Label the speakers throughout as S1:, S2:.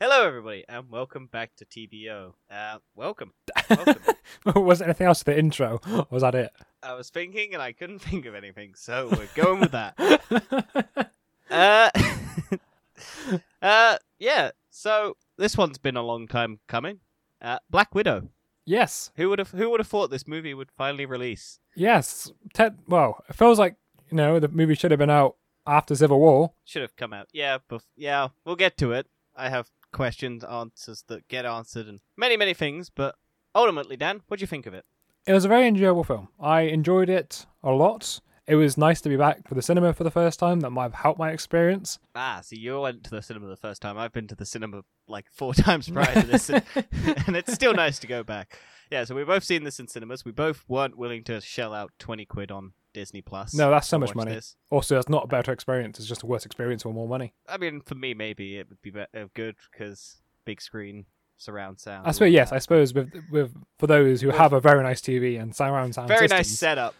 S1: Hello, everybody, and welcome back to TBO. Uh, welcome. welcome.
S2: was there anything else to the intro? Or was that it?
S1: I was thinking and I couldn't think of anything, so we're going with that. Uh, uh, yeah, so this one's been a long time coming. Uh, Black Widow.
S2: yes,
S1: Who would have Who would have thought this movie would finally release?
S2: yes. Ted, well, it feels like you know the movie should have been out after Civil War.
S1: Should have come out. Yeah, but yeah, we'll get to it. I have questions, answers that get answered, and many, many things. But ultimately, Dan, what do you think of it?
S2: It was a very enjoyable film. I enjoyed it a lot. It was nice to be back for the cinema for the first time. That might have helped my experience.
S1: Ah, so you went to the cinema the first time. I've been to the cinema like four times prior to this, and it's still nice to go back. Yeah, so we've both seen this in cinemas. We both weren't willing to shell out twenty quid on Disney Plus.
S2: No, that's so
S1: to
S2: much
S1: watch
S2: money.
S1: this.
S2: Also, it's not a better experience. It's just a worse experience for more money.
S1: I mean, for me, maybe it would be be- uh, good because big screen surround sound.
S2: I suppose yes. I suppose with with for those who have a very nice TV and surround sound
S1: very nice
S2: systems
S1: setup.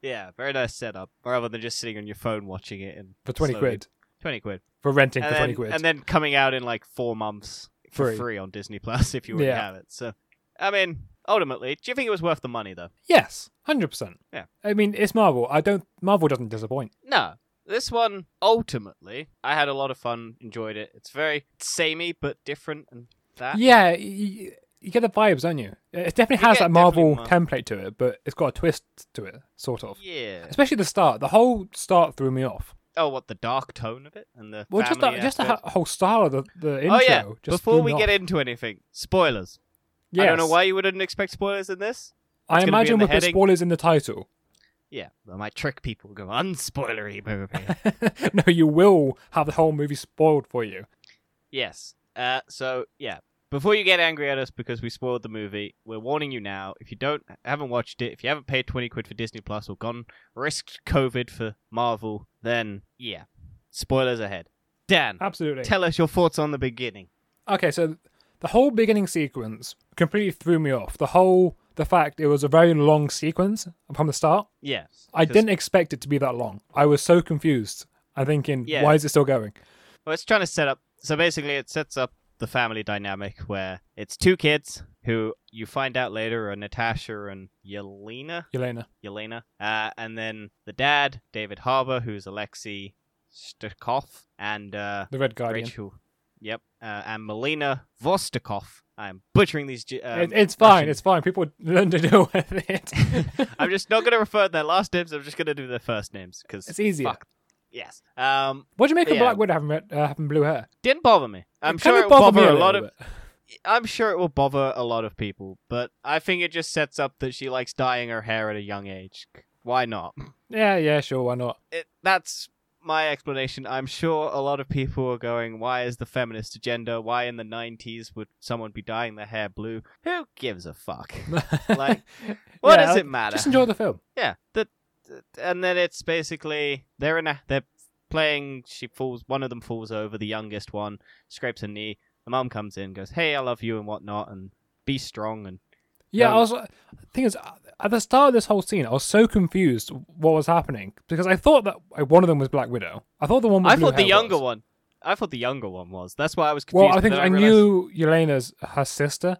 S1: Yeah, very nice setup. Rather than just sitting on your phone watching it in
S2: for twenty
S1: slowly-
S2: quid
S1: Twenty quid.
S2: for renting
S1: and
S2: for
S1: then,
S2: twenty quid.
S1: and then coming out in like four months for free,
S2: Free.
S1: on Disney Plus if you already
S2: Yeah.
S1: have it. So, I mean, ultimately, do you think it was worth the money though?
S2: yes, hundred percent.
S1: Yeah.
S2: I mean, it's Marvel. I don't. Marvel doesn't disappoint.
S1: No. This one, ultimately, I had a lot of fun, enjoyed it. It's very samey but different and that.
S2: Yeah, you, you get the vibes, don't you? It definitely
S1: Uh, You
S2: has
S1: get
S2: that Marvel
S1: definitely
S2: template to it, but it's got a twist to it, sort of.
S1: Yeah.
S2: Especially the start. The whole start threw me off.
S1: Oh, what the dark tone of it and the
S2: Well, just the,
S1: family
S2: just the
S1: aspect.
S2: ho- whole style of the, the intro.
S1: oh yeah.
S2: just
S1: Before
S2: threw
S1: we
S2: me
S1: get
S2: off.
S1: into anything, spoilers.
S2: yes.
S1: I don't know why you wouldn't expect spoilers in this.
S2: I
S1: it's gonna be in
S2: imagine
S1: the
S2: with the
S1: heading.
S2: spoilers in the title.
S1: Yeah, I might trick people. Go unspoilery movie.
S2: no, you will have the whole movie spoiled for you.
S1: Yes. Uh, so yeah, before you get angry at us because we spoiled the movie, we're warning you now. If you don't haven't watched it, if you haven't paid twenty quid for Disney Plus or gone risked COVID for Marvel, then yeah, spoilers ahead. Dan,
S2: Absolutely.
S1: tell us your thoughts on the beginning.
S2: okay, so the whole beginning sequence completely threw me off. The whole the fact it was a very long sequence from the start.
S1: Yes,
S2: I
S1: 'cause-
S2: didn't expect it to be that long. I was so confused. I'm thinking,
S1: Yeah.
S2: why is it still going?
S1: Well, it's trying to set up. So basically, it sets up the family dynamic where it's two kids who you find out later are Natasha and Yelena.
S2: Yelena.
S1: Yelena. Uh, and then the dad, David Harbour, who's Alexei Stukov, and uh,
S2: The Red Guardian.
S1: Rachel. Yep. Uh, and Melina Vostokov. I'm butchering these. G- um,
S2: it, it's fine.
S1: Russian-
S2: It's fine. People learn to deal with it.
S1: I'm just not going to refer to their last names. I'm just going to do their first names because
S2: it's easier.
S1: Fuck. yes. Um,
S2: What do you make of
S1: Yeah.
S2: Black Widow having, red, uh, having blue hair?
S1: didn't bother me. I'm
S2: It
S1: sure
S2: kinda
S1: it will
S2: bothered
S1: bother
S2: me
S1: a lot
S2: little
S1: of.
S2: bit.
S1: I'm sure it will bother a lot of people, but I think it just sets up that she likes dyeing her hair at a young age. Why not?
S2: Yeah, yeah, sure. Why not?
S1: it, that's my explanation. I'm sure a lot of people are going, why is the feminist agenda? Why in the 90s would someone be dyeing their hair blue? Who gives a fuck? Like, what
S2: Yeah,
S1: does it matter?
S2: Just enjoy the film.
S1: Yeah. The, the- and then it's basically they're in a they're playing. She falls. One of them falls over. The youngest one scrapes her knee. The mom comes in, goes, "Hey, I love you and whatnot, and be strong." And
S2: Yeah,
S1: No.
S2: I was. The thing is, uh, at the start of this whole scene, I was so confused what was happening because I thought that uh, one of them was Black Widow. I thought the one. With
S1: I
S2: blue
S1: thought the
S2: hair
S1: younger
S2: was.
S1: one. I thought the younger one was. That's why I was confused.
S2: Well, I
S1: but
S2: think
S1: then
S2: I,
S1: realized-
S2: knew Yelena's her sister.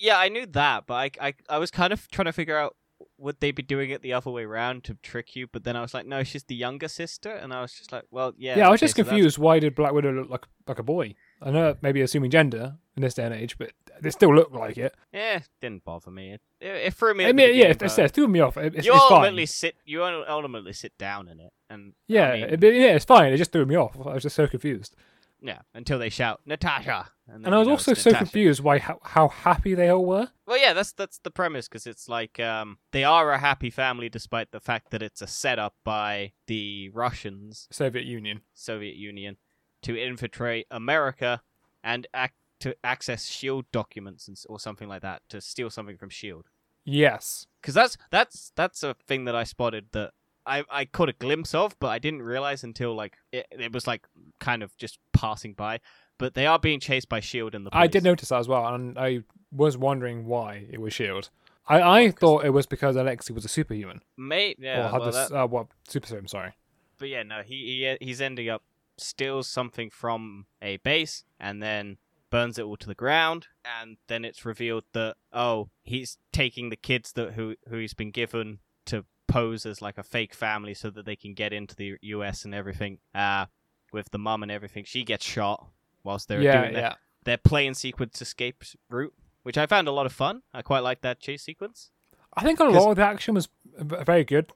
S1: Yeah, I knew that, but I, I, I was kind of trying to figure out would they be doing it the other way round to trick you, but then I was like, no, she's the younger sister, and I was just like, well, yeah.
S2: Yeah, I was
S1: okay,
S2: just
S1: so that's-
S2: confused. Why did Black Widow look like like a boy? I know maybe assuming gender in this day and age, but they still look like it.
S1: Yeah, it didn't bother me. It, it, it threw me.
S2: I
S1: at the
S2: mean, yeah,
S1: beginning,
S2: it,
S1: but
S2: it's, it threw me off. It, it's,
S1: you
S2: it's
S1: ultimately
S2: fine.
S1: sit. You ul- ultimately sit down in it, and I
S2: Yeah,
S1: mean,
S2: it, yeah, it's fine. It just threw me off. I was just so confused,
S1: yeah. Until they shout Natasha, then
S2: and I
S1: you
S2: was
S1: know
S2: also
S1: it's
S2: so
S1: Natasha.
S2: confused why how, how happy they all were.
S1: Well, yeah, that's that's the premise because it's like um, they are a happy family despite the fact that it's a setup by the Russians
S2: Soviet Union.
S1: Soviet Union to infiltrate America and act to access Shield E documents and, s- or something like that to steal something from Shield.
S2: Yes.
S1: Because that's that's that's a thing that I spotted that I I caught a glimpse of, but I didn't realize until like it, it was like kind of just passing by. But they are being chased by Shield and the. Police.
S2: I did notice that as well, and I was wondering why it was Shield. I, I
S1: Well, 'cause-
S2: thought it was because Alexei was a superhuman
S1: mate. Yeah,
S2: or had
S1: well,
S2: this
S1: that-
S2: uh, what super serum. Sorry.
S1: but yeah, no, he, he he's ending up steals something from a base and then burns it all to the ground, and then it's revealed that oh, he's taking the kids that who who he's been given to pose as like a fake family so that they can get into the U.S. and everything. Uh, with the mum and everything, she gets shot whilst they're
S2: yeah,
S1: doing their,
S2: yeah.
S1: their play and sequence escape route, which I found a lot of fun. I quite like that chase sequence.
S2: I think a
S1: 'Cause-
S2: lot of the action was v- very good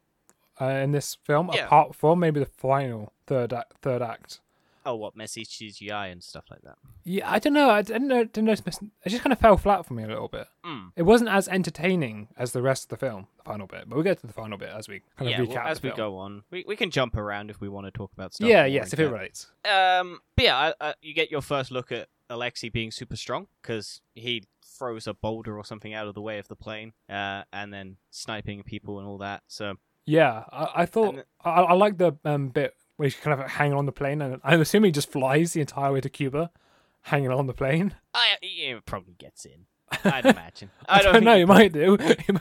S2: uh, in this film,
S1: Yeah.
S2: apart from maybe the final third act, third act.
S1: Oh, what messy CGI and stuff like that.
S2: Yeah, I don't know. I didn't know. Didn't notice. It just kind of fell flat for me a little bit.
S1: Mm.
S2: It wasn't as entertaining as the rest of the film, the final bit. But we'll get to the final bit as we kind of
S1: Yeah,
S2: recap.
S1: well, as we
S2: the film.
S1: go on, we, we can jump around if we want to talk about stuff.
S2: yeah,
S1: more in
S2: yes, if it
S1: depth.
S2: relates.
S1: Um, but yeah, I, I, you get your first look at Alexei being super strong because he throws a boulder or something out of the way of the plane, uh, and then sniping people and all that. So
S2: Yeah, I, I thought
S1: And uh, the-
S2: I, I like the um, bit where he's kind of hanging on the plane, and I'm assuming he just flies the entire way to Cuba, hanging on the plane.
S1: I he probably gets in. I'd imagine.
S2: I, don't,
S1: think
S2: know.
S1: he
S2: He might do.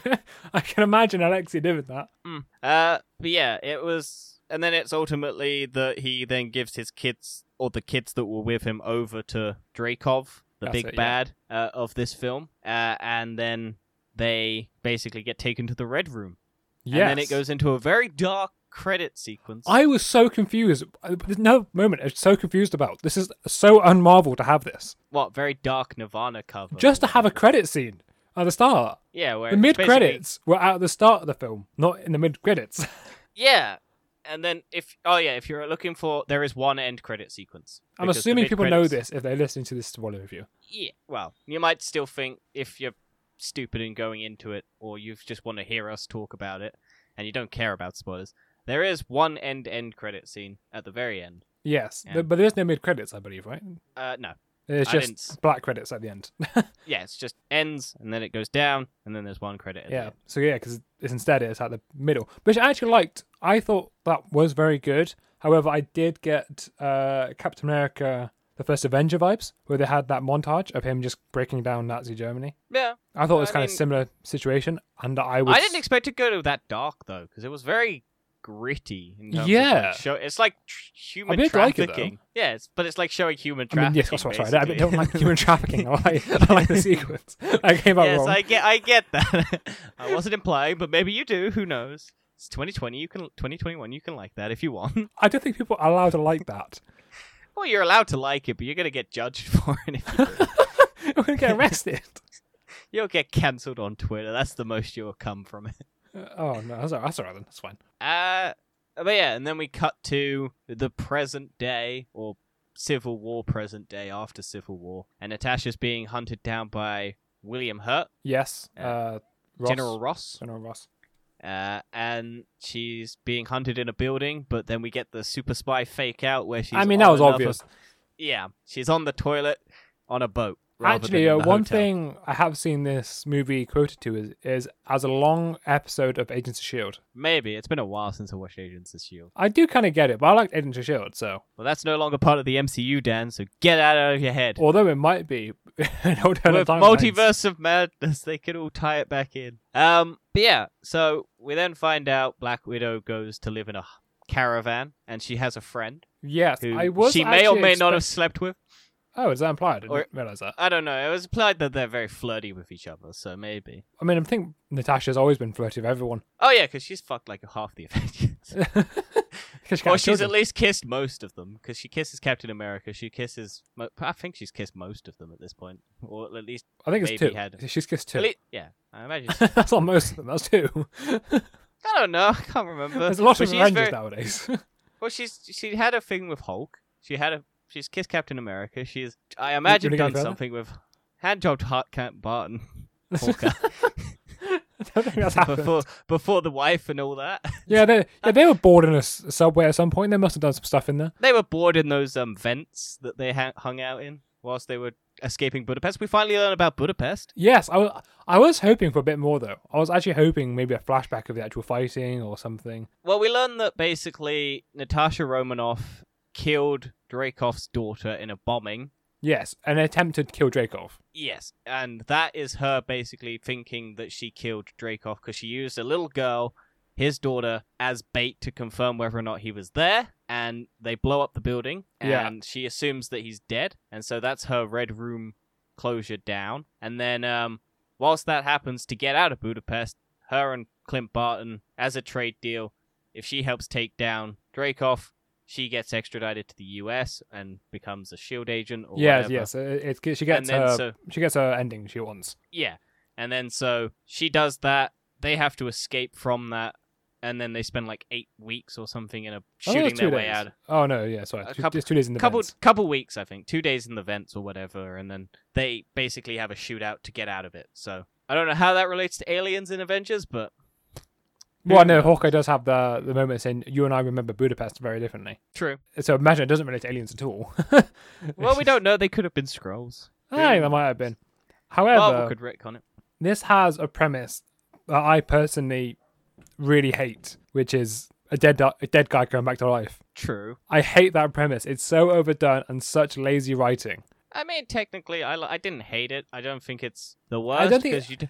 S2: I can imagine Alexei doing that.
S1: Mm. Uh, but yeah, it was, and then it's ultimately that he then gives his kids or the kids that were with him over to Dracov, the
S2: That's
S1: big
S2: it, yeah.
S1: bad uh, of this film, uh, and then they basically get taken to the red room,
S2: Yeah.
S1: and then it goes into a very dark credit sequence.
S2: I was so confused. I- There's no moment I was so confused about. This is so unmarvel to have this.
S1: What very dark Nirvana cover?
S2: Just to have a credit scene at the start.
S1: yeah, where
S2: The
S1: it's
S2: mid
S1: basically-
S2: credits were at the start of the film, not in the mid credits.
S1: Yeah. And then if oh yeah, if you're looking for there is one end credit sequence.
S2: I'm
S1: because the
S2: assuming people know
S1: mid-credits-
S2: this if they're listening to this spoiler review.
S1: yeah, well, you might still think if you're stupid and going into it, or you just want to hear us talk about it, and you don't care about spoilers, there is one end end credit scene at the very end.
S2: Yes,
S1: Yeah.
S2: th- but there's no mid credits, I believe, right?
S1: Uh, no,
S2: It's
S1: I
S2: just
S1: didn't-
S2: black credits at the end.
S1: yeah, it's just ends, and then it goes down, and then there's one credit. At the
S2: yeah.
S1: end.
S2: So yeah, because it's instead it's at the middle, which I actually liked. I thought that was very good. However, I did get uh, Captain America: The First Avenger vibes, where they had that montage of him just breaking down Nazi Germany.
S1: yeah.
S2: I thought it was
S1: I
S2: kind
S1: mean-
S2: of similar situation, and I was.
S1: I didn't expect it to go to that dark though, because it was very gritty. In terms of, like,
S2: Yeah.
S1: show it's like tr- human
S2: I did like it, though.
S1: trafficking. yeah, it's, but it's like showing human
S2: I mean,
S1: trafficking.
S2: yes, that's what I tried. I
S1: basically.
S2: don't like human trafficking. I like, I like the sequence. I came out
S1: yes,
S2: wrong.
S1: I get, I get that. I wasn't implying, but maybe you do. Who knows? It's 2020. You can 2021. You can like that if you want.
S2: I don't think people are allowed to like that.
S1: Well, you're allowed to like it, but you're gonna get judged for it. If you do.
S2: We're gonna get arrested.
S1: You'll get cancelled on Twitter. That's the most you'll come from it.
S2: oh no, that's all, that's all right then. That's fine.
S1: Uh, but yeah, and then we cut to the present day or Civil War present day after Civil War, and Natasha's being hunted down by William Hurt,
S2: Yes,
S1: Yeah.
S2: uh, Ross.
S1: General Ross.
S2: General Ross.
S1: Uh, and she's being hunted in a building, but then we get the super spy fake out where she's.
S2: I mean,
S1: on
S2: that was
S1: another-
S2: obvious.
S1: Yeah, she's on the toilet on a boat. rather
S2: Actually,
S1: than
S2: uh,
S1: in the
S2: one
S1: hotel.
S2: thing I have seen this movie quoted to is, is as a long episode of Agents of Shield.
S1: Maybe it's been a while since I E watched Agents of Shield.
S2: E I do kind of get it, but I liked Agents of Shield, so
S1: Well, that's no longer part of the MCU, Dan. So get that out of your head.
S2: although it might be an alternate
S1: With
S2: timeline.
S1: multiverse of madness, they can all tie it back in. Um, but yeah, so we then find out Black Widow goes to live in a h- caravan, and she has a friend
S2: Yes,
S1: who
S2: I was.
S1: she may or
S2: actually
S1: may not have
S2: expect-
S1: slept with.
S2: Oh, is that implied? I didn't
S1: Or-
S2: realize that.
S1: I don't know. It was implied that they're very flirty with each other, so maybe.
S2: I mean, I think Natasha's always been flirty with everyone.
S1: Oh yeah, because she's fucked like half the Avengers.
S2: 'Cause she can't
S1: or
S2: have
S1: she's
S2: children.
S1: at least kissed most of them, because she kisses Captain America. She kisses. Mo- I think she's kissed most of them at this point, or at least.
S2: I think it's
S1: maybe
S2: two.
S1: had-
S2: She's kissed
S1: at
S2: two.
S1: lea- yeah, I imagine. she-
S2: That's not most of them. That's two.
S1: I don't know. I can't remember.
S2: There's a lot
S1: But
S2: of
S1: she is
S2: Avengers
S1: very-
S2: nowadays.
S1: Well, she's she had a thing with Hulk. She had a she's kissed Captain America. She's I imagine
S2: wanna go
S1: done
S2: further?
S1: something with hand jobbed Hart Camp Barton. Hawkeye.
S2: I don't think that's happened.
S1: before before the wife and all that.
S2: Yeah, they yeah, they were bored in a s- subway at some point. They must have done some stuff in there.
S1: They were bored in those um vents that they ha- hung out in whilst they were escaping Budapest. We finally learn about Budapest.
S2: Yes, I was I was hoping for a bit more though. I was actually hoping maybe a flashback of the actual fighting or something.
S1: Well, we learn that basically Natasha Romanoff killed Dracov's daughter in a bombing.
S2: Yes, an attempt to kill Dracov.
S1: Yes, and that is her basically thinking that she killed Dracov because she used a little girl his daughter as bait to confirm whether or not he was there. And they blow up the building, and
S2: Yeah.
S1: she assumes that he's dead. And so that's her red room closure down. And then, um, whilst that happens, to get out of Budapest, her and Clint Barton, as a trade deal, if she helps take down Dracoff, she gets extradited to the U.S. and becomes a Shield agent or
S2: yes,
S1: whatever.
S2: yes. It, it, she
S1: and
S2: gets
S1: then
S2: her
S1: so
S2: she gets her ending she wants.
S1: yeah. And then so she does that. They have to escape from that. And then they spend like eight weeks or something in a
S2: I thought it was
S1: shooting their
S2: Oh, two
S1: way
S2: days.
S1: out.
S2: Oh no, yeah, sorry.
S1: A
S2: Two-
S1: couple-
S2: just two days in the
S1: couple
S2: vents.
S1: couple weeks, I think. Two days in the vents or whatever, and then they basically have a shootout to get out of it. So I don't know how that relates to aliens in Avengers, but
S2: Well,
S1: Who
S2: no,
S1: knows?
S2: Hawkeye does have the the moment saying you and I remember Budapest very differently.
S1: true.
S2: So imagine it doesn't relate to aliens at all.
S1: Well, we don't know. They could have been scrolls.
S2: I that might have been.
S1: Marvel
S2: However,
S1: could retcon it.
S2: this has a premise that I personally really hate, which is a dead a dead guy going back to life.
S1: True.
S2: I hate that premise. It's so overdone and such lazy writing.
S1: I mean, technically, I, li- I didn't hate it. I don't think it's the worst.
S2: don't think-
S1: 'cause you d-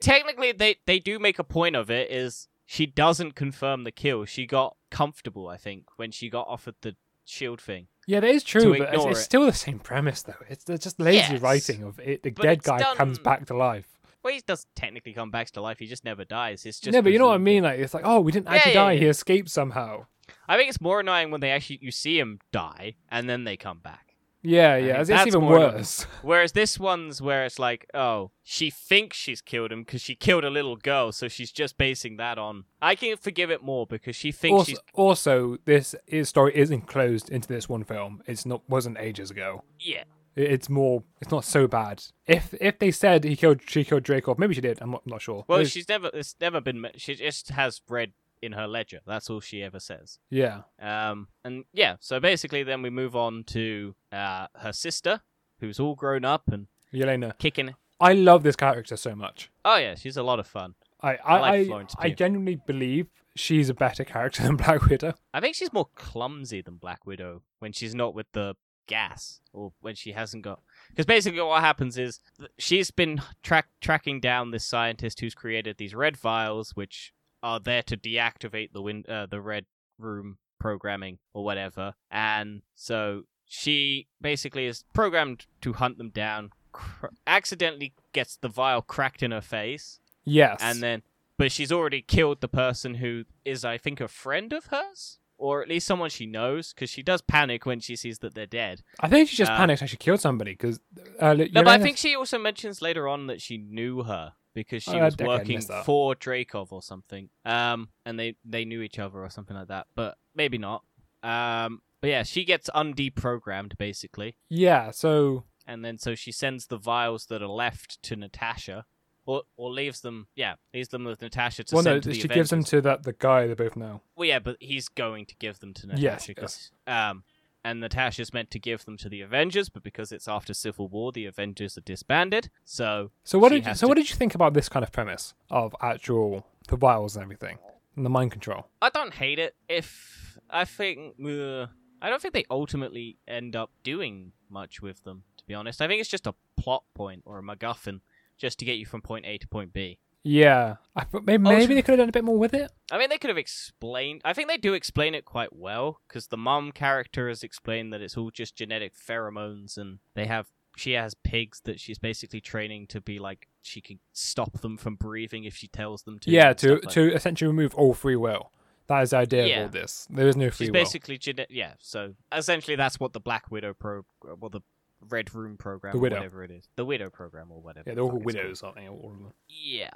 S1: technically they they do make a point of it. Is she doesn't confirm the kill? She got comfortable, I think, when she got offered the shield thing.
S2: Yeah, that is true,
S1: To
S2: but it's,
S1: ignore
S2: it's
S1: it.
S2: still the same premise though. It's they're just lazy
S1: Yes.
S2: writing of it. The
S1: But
S2: dead
S1: it's
S2: guy comes
S1: done-
S2: back to life.
S1: Well, he doesn't technically come back to life. He just never dies. It's just
S2: no, but you know what I
S1: presumed-
S2: mean. Like it's like, oh, we didn't
S1: Yeah,
S2: actually
S1: yeah,
S2: die.
S1: yeah.
S2: He escaped somehow.
S1: I think it's more annoying when they actually you see him die and then they come back.
S2: Yeah,
S1: think
S2: yeah, it's,
S1: that's
S2: even
S1: more of a-
S2: worse.
S1: Whereas this one's where it's like, oh, she thinks she's killed him because she killed a little girl, so she's just basing that on. I can forgive it more because she thinks
S2: Also,
S1: she's
S2: also, this is, story is enclosed into this one film. It's not wasn't ages ago.
S1: yeah.
S2: It- It's more. It's not so bad. If if they said he killed, she killed Dracov. Maybe she did. I'm not, I'm not sure.
S1: Well,
S2: Maybe-
S1: she's never. It's never been. me- She just has red in her ledger. That's all she ever says.
S2: yeah,
S1: Um, and yeah. So basically, then we move on to uh, her sister, who's all grown up and
S2: Yelena.
S1: kicking.
S2: I love this character so much.
S1: Oh yeah, she's a lot of fun.
S2: I I
S1: like
S2: I,
S1: Florence
S2: I
S1: Pugh.
S2: genuinely believe she's a better character than Black Widow.
S1: I think she's more clumsy than Black Widow when she's not with the gas or when she hasn't got. Because basically, what happens is th- she's been track tracking down this scientist who's created these red vials, which are there to deactivate the win- uh, the red room programming or whatever. And so she basically is programmed to hunt them down. Cr- accidentally gets the vial cracked in her face,
S2: Yes,
S1: and then but she's already killed the person who is i think a friend of hers or at least someone she knows because she does panic when she sees that they're dead
S2: I think she just
S1: uh,
S2: panicked and she killed somebody because uh,
S1: no but i think she also mentions later on that she knew her because she
S2: Oh,
S1: was
S2: okay, I
S1: working
S2: missed that.
S1: for Dracov or something um and they they knew each other or something like that but maybe not um but yeah she gets undeprogrammed basically
S2: yeah. So
S1: and then so she sends the vials that are left to Natasha or or leaves them yeah leaves them with Natasha to
S2: well,
S1: send
S2: no,
S1: to the
S2: she gives them
S1: Avengers.
S2: to that the guy they both know.
S1: Well, yeah, but he's going to give them to
S2: Yes,
S1: Natasha. 'cause- Um, and Natasha's meant to give them to the Avengers, but because it's after Civil War, the Avengers are disbanded. So
S2: So what
S1: She
S2: did you,
S1: has
S2: so
S1: to-
S2: what did you think about this kind of premise of actual the vials and everything and the mind control?
S1: I don't hate it. If I think, uh, I don't think they ultimately end up doing much with them. To be honest, I think it's just a plot point or a MacGuffin just to get you from point A to point B.
S2: Yeah, I, thought maybe, maybe
S1: Oh, so-
S2: they could have done a bit more with it.
S1: I mean, they could have explained. I think they do explain it quite well because the mom character has explained that it's all just genetic pheromones, and they have she has pigs that she's basically training to be like she can stop them from breathing if she tells them to.
S2: yeah,
S1: and
S2: to
S1: stuff like-
S2: to essentially remove all free will. That is the idea
S1: Yeah.
S2: of all this. There is no free
S1: she's
S2: will.
S1: basically genetic. Yeah, so essentially that's what the Black Widow pro, well the Red Room program,
S2: The
S1: or
S2: Widow.
S1: whatever it is, the Widow program or whatever.
S2: Yeah,
S1: the
S2: they're all
S1: fuck it's called.
S2: widows, aren't they? All of them.
S1: Yeah.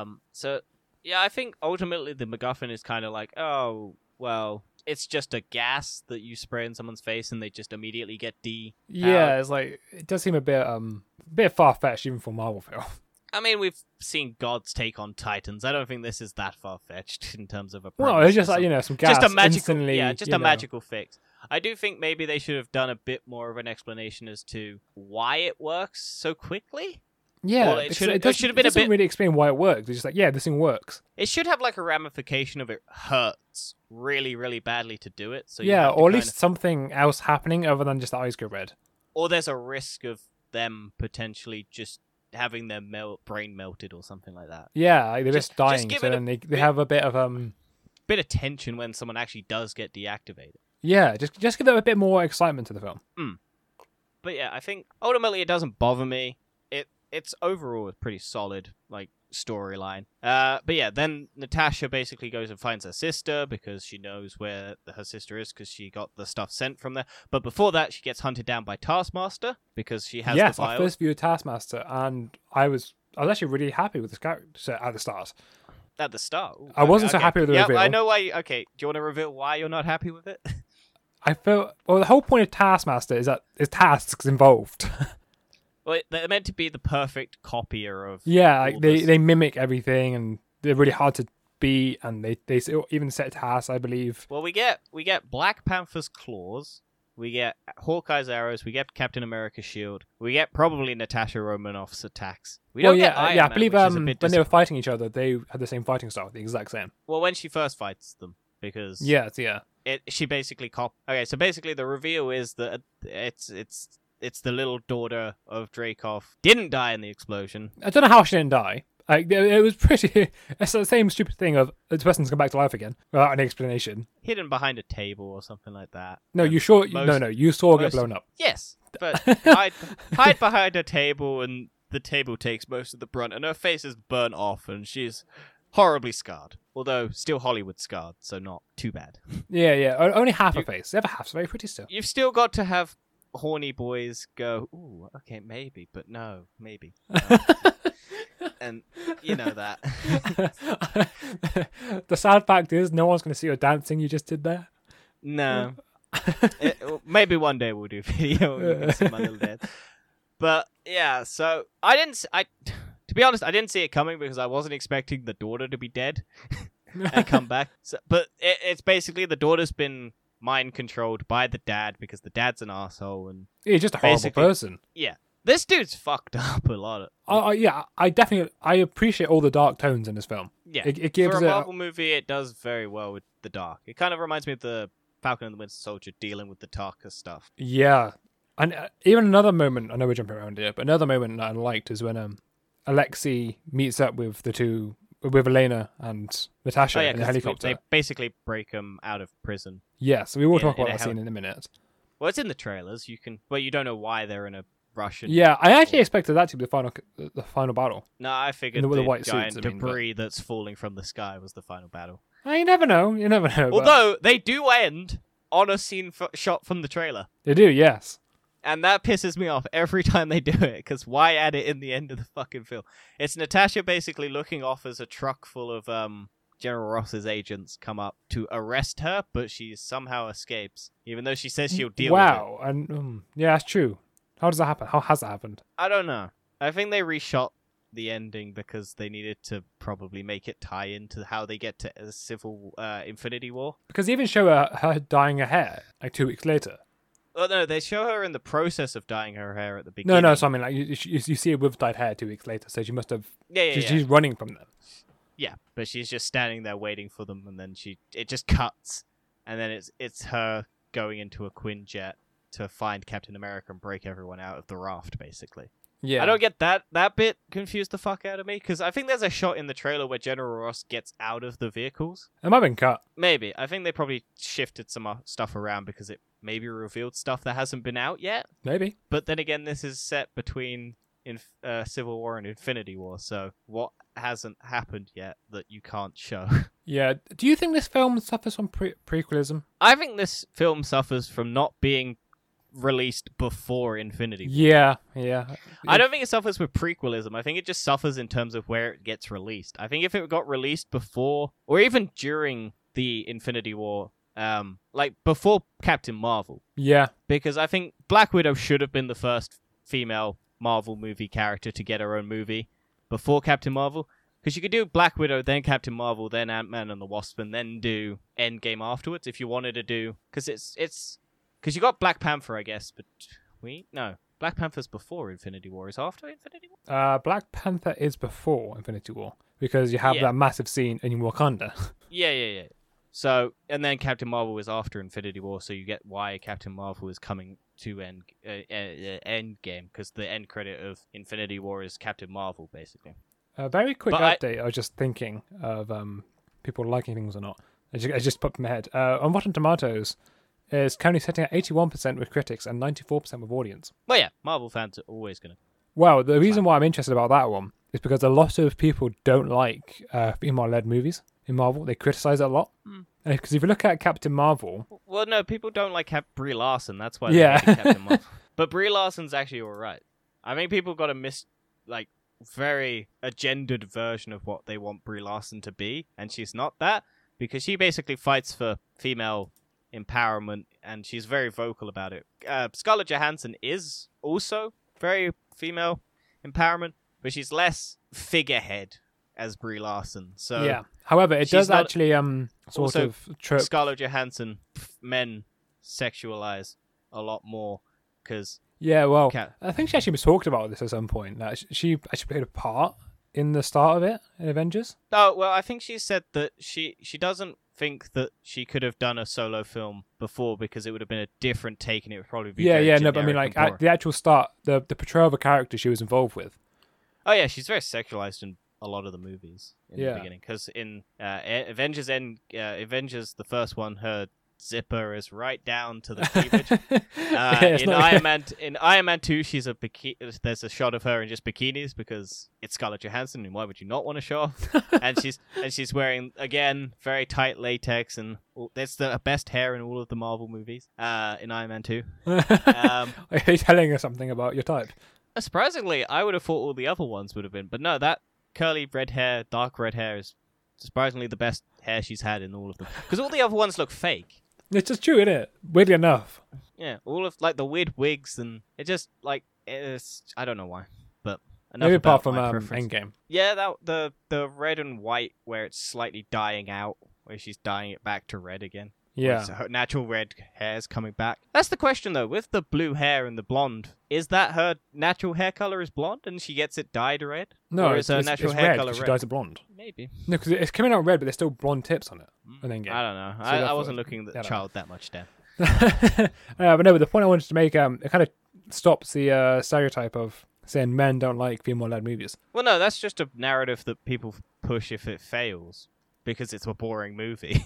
S1: Um. So yeah, I think ultimately the MacGuffin is kind of like, oh, well, it's just a gas that you spray in someone's face and they just immediately get D.
S2: Yeah, it's like it does seem a bit um a bit far fetched even for a Marvel film.
S1: I mean, we've seen gods take on titans. I don't think this is that far fetched in terms of a.
S2: Well,
S1: premise
S2: it's just
S1: or
S2: like you know some gas
S1: just a magical,
S2: instantly.
S1: yeah, just
S2: you
S1: a
S2: know.
S1: magical fix. I do think maybe they should have done a bit more of an explanation as to why it works so quickly.
S2: Yeah,
S1: Well, it
S2: because
S1: should- it
S2: doesn't-
S1: should have been a
S2: doesn't
S1: bit-
S2: really explain why it works. It's just like yeah, this thing works.
S1: It should have like a ramification of it hurts really, really badly to do it. So you
S2: yeah,
S1: have to
S2: or at
S1: kinda-
S2: least something else happening other than just the eyes go red.
S1: or there's a risk of them potentially just having their mel- brain melted or something like that.
S2: Yeah, like they're
S1: Just- just
S2: just, dying,
S1: give
S2: so
S1: it a
S2: then they, they
S1: bit-
S2: have a bit of um.
S1: Bit of tension when someone actually does get deactivated.
S2: Yeah, just just give them a bit more excitement to the film.
S1: But yeah, I think ultimately it doesn't bother me. It it's overall a pretty solid like storyline. Uh, but yeah, then Natasha basically goes and finds her sister because she knows where her sister is because she got the stuff sent from there. But before that, she gets hunted down by Taskmaster because she has
S2: yes,
S1: the
S2: I
S1: file.
S2: first viewed Taskmaster, and I was I was actually really happy with this character at the start.
S1: at the start. Ooh,
S2: I wasn't so happy with the
S1: yeah, I
S2: reveal.
S1: know why. You, okay, do you want to reveal why you're not happy with it?
S2: I felt well. The whole point of Taskmaster is that is tasks involved.
S1: well, it- they're meant to be the perfect copier of.
S2: yeah, like
S1: all
S2: they,
S1: this-
S2: they mimic everything, and they're really hard to beat. And they they still even set tasks, I believe.
S1: Well, we get we get Black Panther's claws, we get Hawkeye's arrows, we get Captain America's shield, we get probably Natasha Romanoff's attacks. We
S2: well,
S1: don't
S2: Oh, yeah,
S1: get Iron
S2: yeah. I
S1: Man,
S2: believe
S1: which is a
S2: um,
S1: bit
S2: when they were
S1: disappointing.
S2: fighting each other, they had the same fighting style, the exact same.
S1: well when she first fights them because
S2: Yeah, it's- yeah.
S1: it she basically cop. Okay, so basically the reveal is that it's it's. It's the little daughter of Dracoff. Didn't die in the explosion.
S2: I don't know how she didn't die. Like it it was pretty. It's the same stupid thing of this person's come back to life again without an explanation.
S1: hidden behind a table or something like that.
S2: No, you sure? no,
S1: most-
S2: no, you saw her get
S1: most-
S2: blown up.
S1: Yes, but hide, hide behind a table, and the table takes most of the brunt, and her face is burnt off, and she's horribly scarred. Although still Hollywood scarred, so not too bad.
S2: Yeah, yeah. o- Only half a face. The other half's very pretty still.
S1: You've still got to have horny boys go, "Ooh, okay, maybe, but no, maybe," no." and you know that.
S2: the sad fact is, no one's going to see your dancing you just did there.
S1: No. It- well, maybe one day we'll do a video and you can see my little dad. But yeah, so I didn't. s- I to be honest, I didn't see it coming because I wasn't expecting the daughter to be dead and come back. So, but it, it's basically the daughter's been mind controlled by the dad because the dad's an asshole and
S2: You're just a horrible
S1: Basically-
S2: person.
S1: this dude's fucked up a lot. Of,
S2: I, I, yeah, I definitely I appreciate all the dark tones in this film.
S1: yeah,
S2: It, it gives
S1: for a
S2: it. a-
S1: Marvel movie, it does very well with the dark. It kind of reminds me of the Falcon and the Winter Soldier dealing with the darker stuff. Oh,
S2: Yeah, and uh, even another moment. I know we're jumping around here, but another moment that I liked is when um Alexei meets up with the two with Elena and Natasha
S1: oh yeah,
S2: in the
S1: 'cause we-
S2: helicopter.
S1: they basically break him out of prison.
S2: Yeah, so we will
S1: in-
S2: talk
S1: in
S2: about
S1: a
S2: that
S1: heli-
S2: scene in a minute.
S1: Well, it's in the trailers. You can. Well, you don't know why they're in a Russian.
S2: Yeah, I actually expected that to be the final c- the final battle.
S1: No, I figured
S2: In the-
S1: the,
S2: the white suits,
S1: giant
S2: I mean, but-
S1: debris that's falling from the sky was the final battle.
S2: Uh, You never know. You never know. but
S1: Although they do end on a scene f- shot from the trailer,
S2: they do, yes.
S1: and that pisses me off every time they do it. Because why add it in the end of the fucking film? It's Natasha basically looking off as a truck full of um. General Ross's agents come up to arrest her, but she somehow escapes, even though she says she'll deal with it.
S2: wow, and um, yeah, that's true. How does that happen? How has that happened?
S1: I don't know. I think they reshot the ending because they needed to probably make it tie into how they get to a civil uh, Infinity War.
S2: Because they even show her, her dyeing her hair like two weeks later.
S1: Oh no, they show her in the process of dyeing her hair at the
S2: No,
S1: beginning.
S2: no. So I mean, like you, you, you see her with dyed hair two weeks later, so she must have.
S1: yeah, yeah,
S2: she's,
S1: yeah.
S2: she's running from them.
S1: yeah. But she's just standing there waiting for them, and then she it just cuts, and then it's it's her going into a Quinjet to find Captain America and break everyone out of the raft, basically.
S2: Yeah,
S1: I don't get that that bit confused the fuck out of me because I think there's a shot in the trailer where General Ross gets out of the vehicles.
S2: It might have been cut.
S1: Maybe. I think they probably shifted some uh, stuff around because it maybe revealed stuff that hasn't been out yet.
S2: Maybe.
S1: But then again, this is set between inf- uh, Civil War and Infinity War, so what hasn't happened yet that you can't show?
S2: Yeah. Do you think this film suffers from pre- prequelism?
S1: I think this film suffers from not being released before Infinity War.
S2: Yeah. Yeah.
S1: I don't think it suffers with prequelism. I think it just suffers in terms of where it gets released. I think if it got released before or even during the Infinity War, um, like before Captain Marvel,
S2: Yeah.
S1: because I think Black Widow should have been the first female Marvel movie character to get her own movie before Captain Marvel. Because you could do Black Widow, then Captain Marvel, then Ant Man and the Wasp, and then do Endgame afterwards if you wanted to do. Because it's it's because you got Black Panther, I guess, but we no Black Panther's before Infinity War is after Infinity War.
S2: Uh, Black Panther is before Infinity War because you have
S1: Yeah.
S2: that massive scene in Wakanda.
S1: Yeah, yeah, yeah. So and then Captain Marvel is after Infinity War, so you get why Captain Marvel is coming to end uh, uh, end game because the end credit of Infinity War is Captain Marvel, basically.
S2: A very quick
S1: But I-
S2: update. I... was just thinking of um, people liking things or not. I just, I just popped in my head. Uh, on Rotten Tomatoes, it's currently sitting at 81% with critics and 94% with audience.
S1: Well, yeah, Marvel fans are always gonna.
S2: Well, the reason why I'm interested about that one is because a lot of people don't like uh, female-led movies in Marvel. They criticize it a lot.
S1: Hmm.
S2: Because if you look at Captain Marvel,
S1: Well, no, people don't like Cap- Brie Larson. That's why.
S2: Yeah.
S1: Yeah. Captain Marvel. But Brie Larson's actually all right. I think people got a mis like very agendered version of what they want Brie Larson to be, and she's not that because she basically fights for female empowerment, and she's very vocal about it. Uh, Scarlett Johansson is also very female empowerment, but she's less figurehead as Brie Larson. So
S2: yeah. However, it
S1: she's
S2: does
S1: not-
S2: actually um sort
S1: Also,
S2: of trip.
S1: Scarlett Johansson pff, men sexualize a lot more because
S2: Yeah, well,
S1: Cat.
S2: I think she actually was talked about this at some point. That sh- she actually played a part in the start of it in Avengers.
S1: oh well I think she said that she she doesn't think that she could have done a solo film before because it would have been a different take and it would probably be
S2: yeah,
S1: very
S2: yeah, no, but I mean,
S1: generic
S2: like
S1: and
S2: at
S1: boring.
S2: the actual start, the the portrayal of a character she was involved with.
S1: oh yeah she's very sexualized in a lot of the movies in
S2: Yeah.
S1: the beginning because in uh, A- Avengers End uh, Avengers the first one her zipper is right down to the cleavage Uh,
S2: Yeah, it's
S1: in
S2: not-
S1: Iron Man, in Iron Man Two, she's a biki- There's a shot of her in just bikinis because it's Scarlett Johansson, and why would you not want to show off? and she's and she's wearing again very tight latex, and all, that's the best hair in all of the Marvel movies. Uh, in Iron Man Two, um,
S2: Are you telling us something about your type?
S1: uh, surprisingly, I would have thought all the other ones would have been, but no, that curly red hair, dark red hair is surprisingly the best hair she's had in all of them because all the other ones look fake.
S2: It's just true, isn't it? Weirdly enough,
S1: Yeah, all of like the weird wigs and it just like it's I don't know why, but enough
S2: maybe
S1: about
S2: apart from
S1: my
S2: um,
S1: preference.
S2: Endgame.
S1: Yeah, that the the red and white where it's slightly dying out, where she's dyeing it back to red again. where
S2: Yeah,
S1: it's her natural red hair's coming back. That's the question though. With the blue hair and the blonde, is that her natural hair color is blonde and she gets it dyed red?
S2: no,
S1: or
S2: it's,
S1: is her
S2: it's,
S1: natural
S2: it's
S1: hair
S2: red. 'cause
S1: color
S2: She
S1: red?
S2: dyes it blonde.
S1: Maybe. Mm,
S2: No, because it's coming out red, but there's still blonde tips on it. And then
S1: I don't know.
S2: So
S1: I, I
S2: therefore-
S1: wasn't looking at
S2: I
S1: the
S2: don't know.
S1: child that much, Dan.
S2: uh, but no, but the point I wanted to make, um, it kind of stops the uh, stereotype of saying men don't like female-led movies.
S1: Well, no, that's just a narrative that people push if it fails because it's a boring movie.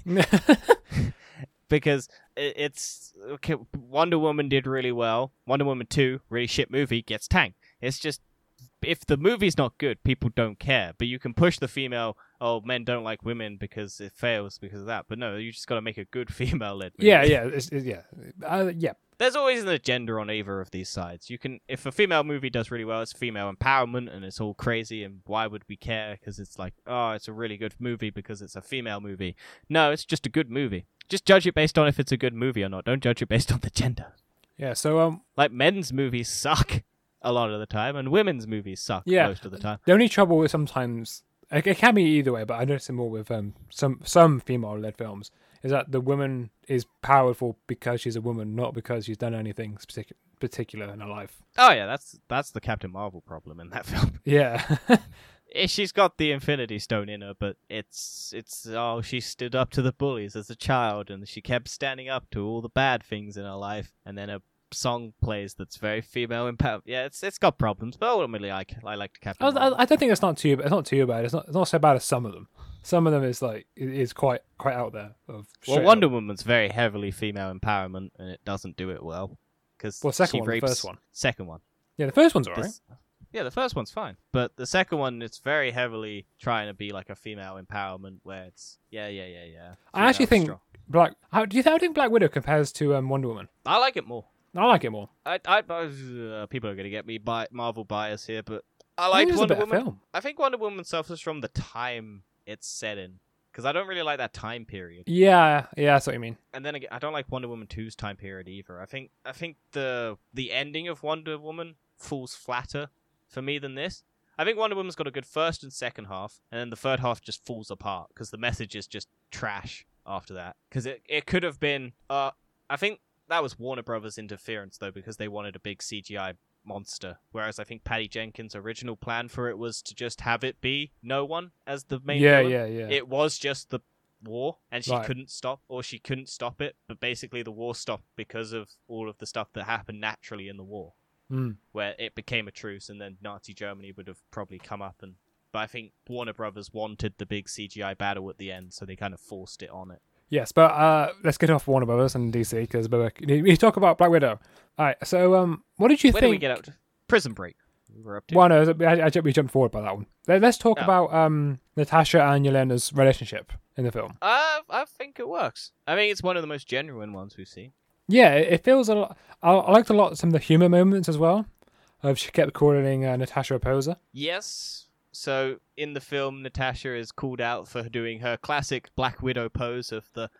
S1: because i- it's okay, Wonder Woman did really well. Wonder Woman two, really shit movie, gets tanked. It's just if the movie's not good, people don't care. But you can push the female. Oh, men don't like women because it fails because of that. But no, you just got to make a good female-led movie.
S2: yeah, yeah, it's, it's, yeah, uh, yeah.
S1: There's always an agenda on either of these sides. You can, if a female movie does really well, it's female empowerment and it's all crazy. And why would we care? Because it's like, oh, it's a really good movie because it's a female movie. No, it's just a good movie. Just judge it based on if it's a good movie or not. Don't judge it based on the gender.
S2: Yeah, so um,
S1: Like men's movies suck a lot of the time, and women's movies suck
S2: Yeah.
S1: most of the time.
S2: the only trouble is sometimes it, it can be either way, but I notice it more with um some some female-led films is that the woman is powerful because she's a woman, not because she's done anything partic- particular in her life.
S1: Oh yeah, that's that's the Captain Marvel problem in that film.
S2: Yeah,
S1: Eh, she's got the infinity stone in her but it's it's oh she stood up to the bullies as a child and she kept standing up to all the bad things in her life and then a song plays that's very female empowered yeah it's it's got problems but ultimately i, c- I like to
S2: I,
S1: captain
S2: was-
S1: Marvel.
S2: I, I don't think it's not too it's not too bad. It's not it's not so bad as some of them. Some of them is like it is quite quite out there. Of straight
S1: well
S2: up-
S1: wonder woman's very heavily female empowerment and it doesn't do it well because
S2: Well, second
S1: she
S2: one, the
S1: rapes
S2: first one.
S1: second one
S2: Yeah, the first one's alright.
S1: This- Yeah, the first one's fine, but the second one it's very heavily trying to be like a female empowerment, where it's yeah, yeah, yeah, yeah.
S2: I actually
S1: female
S2: think
S1: strong.
S2: Black. How do you think, how do you think Black Widow compares to um, Wonder Woman?
S1: I like it more.
S2: I like it more.
S1: I, I, I- uh, people are gonna get me by Marvel bias here, but I
S2: I
S1: like
S2: think it's a
S1: Wonder
S2: better
S1: Woman.
S2: film.
S1: I think Wonder Woman suffers from the time it's set in because I don't really like that time period.
S2: Yeah, yeah, that's what you mean.
S1: And then again, I don't like Wonder Woman 2's time period either. I think I think the the ending of Wonder Woman falls flatter for me than this. I think Wonder Woman's got a good first and second half, and then the third half just falls apart because the message is just trash after that. Because it, it could have been. Uh, I think that was Warner Brothers' interference though, because they wanted a big CGI monster. Whereas I think Patty Jenkins' original plan for it was to just have it be no one as the main
S2: yeah,
S1: villain
S2: yeah, yeah,
S1: it was just the war and she
S2: Right.
S1: couldn't stop or she couldn't stop it but basically the war stopped because of all of the stuff that happened naturally in the war
S2: Mm.
S1: where it became a truce and then Nazi Germany would have probably come up and but I think Warner Brothers wanted the big CGI battle at the end so they kind of forced it on it.
S2: Yes, but uh, let's get off Warner Brothers and DC because you talk about Black Widow. All right, so um, what did you
S1: Where
S2: think?
S1: do we get out? Prison Break. We're up to
S2: Well, no, I, I, we jumped forward by that one. Let, us talk
S1: Oh.
S2: about um, Natasha and Yelena's relationship in the film.
S1: Uh, I think it works. I mean, it's one of the most genuine ones we've seen.
S2: Yeah, it, it feels a lot. I, I liked a lot some of the humor moments as well. Of she kept calling uh, Natasha a poser.
S1: Yes. So in the film, Natasha is called out for doing her classic Black Widow pose of the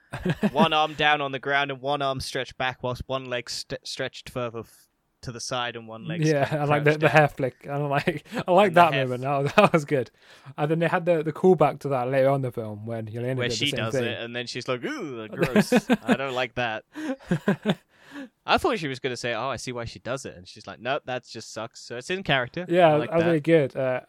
S1: one arm down on the ground and one arm stretched back, whilst one leg st- stretched further f- to the side and one leg.
S2: yeah, I like the, the hair flick. I like I like
S1: And the
S2: that
S1: hair
S2: moment. That was, that was good. And then they had the the callback to that later on in the film when Yelena
S1: where
S2: did the
S1: she
S2: same
S1: does
S2: thing.
S1: it, and then she's like, "Ooh, gross! I don't like that." I thought she was gonna say, "Oh, I see why she does it," and she's like, "Nope, that just sucks." So it's in character.
S2: Yeah,
S1: I like
S2: that was
S1: that.
S2: really good. Uh,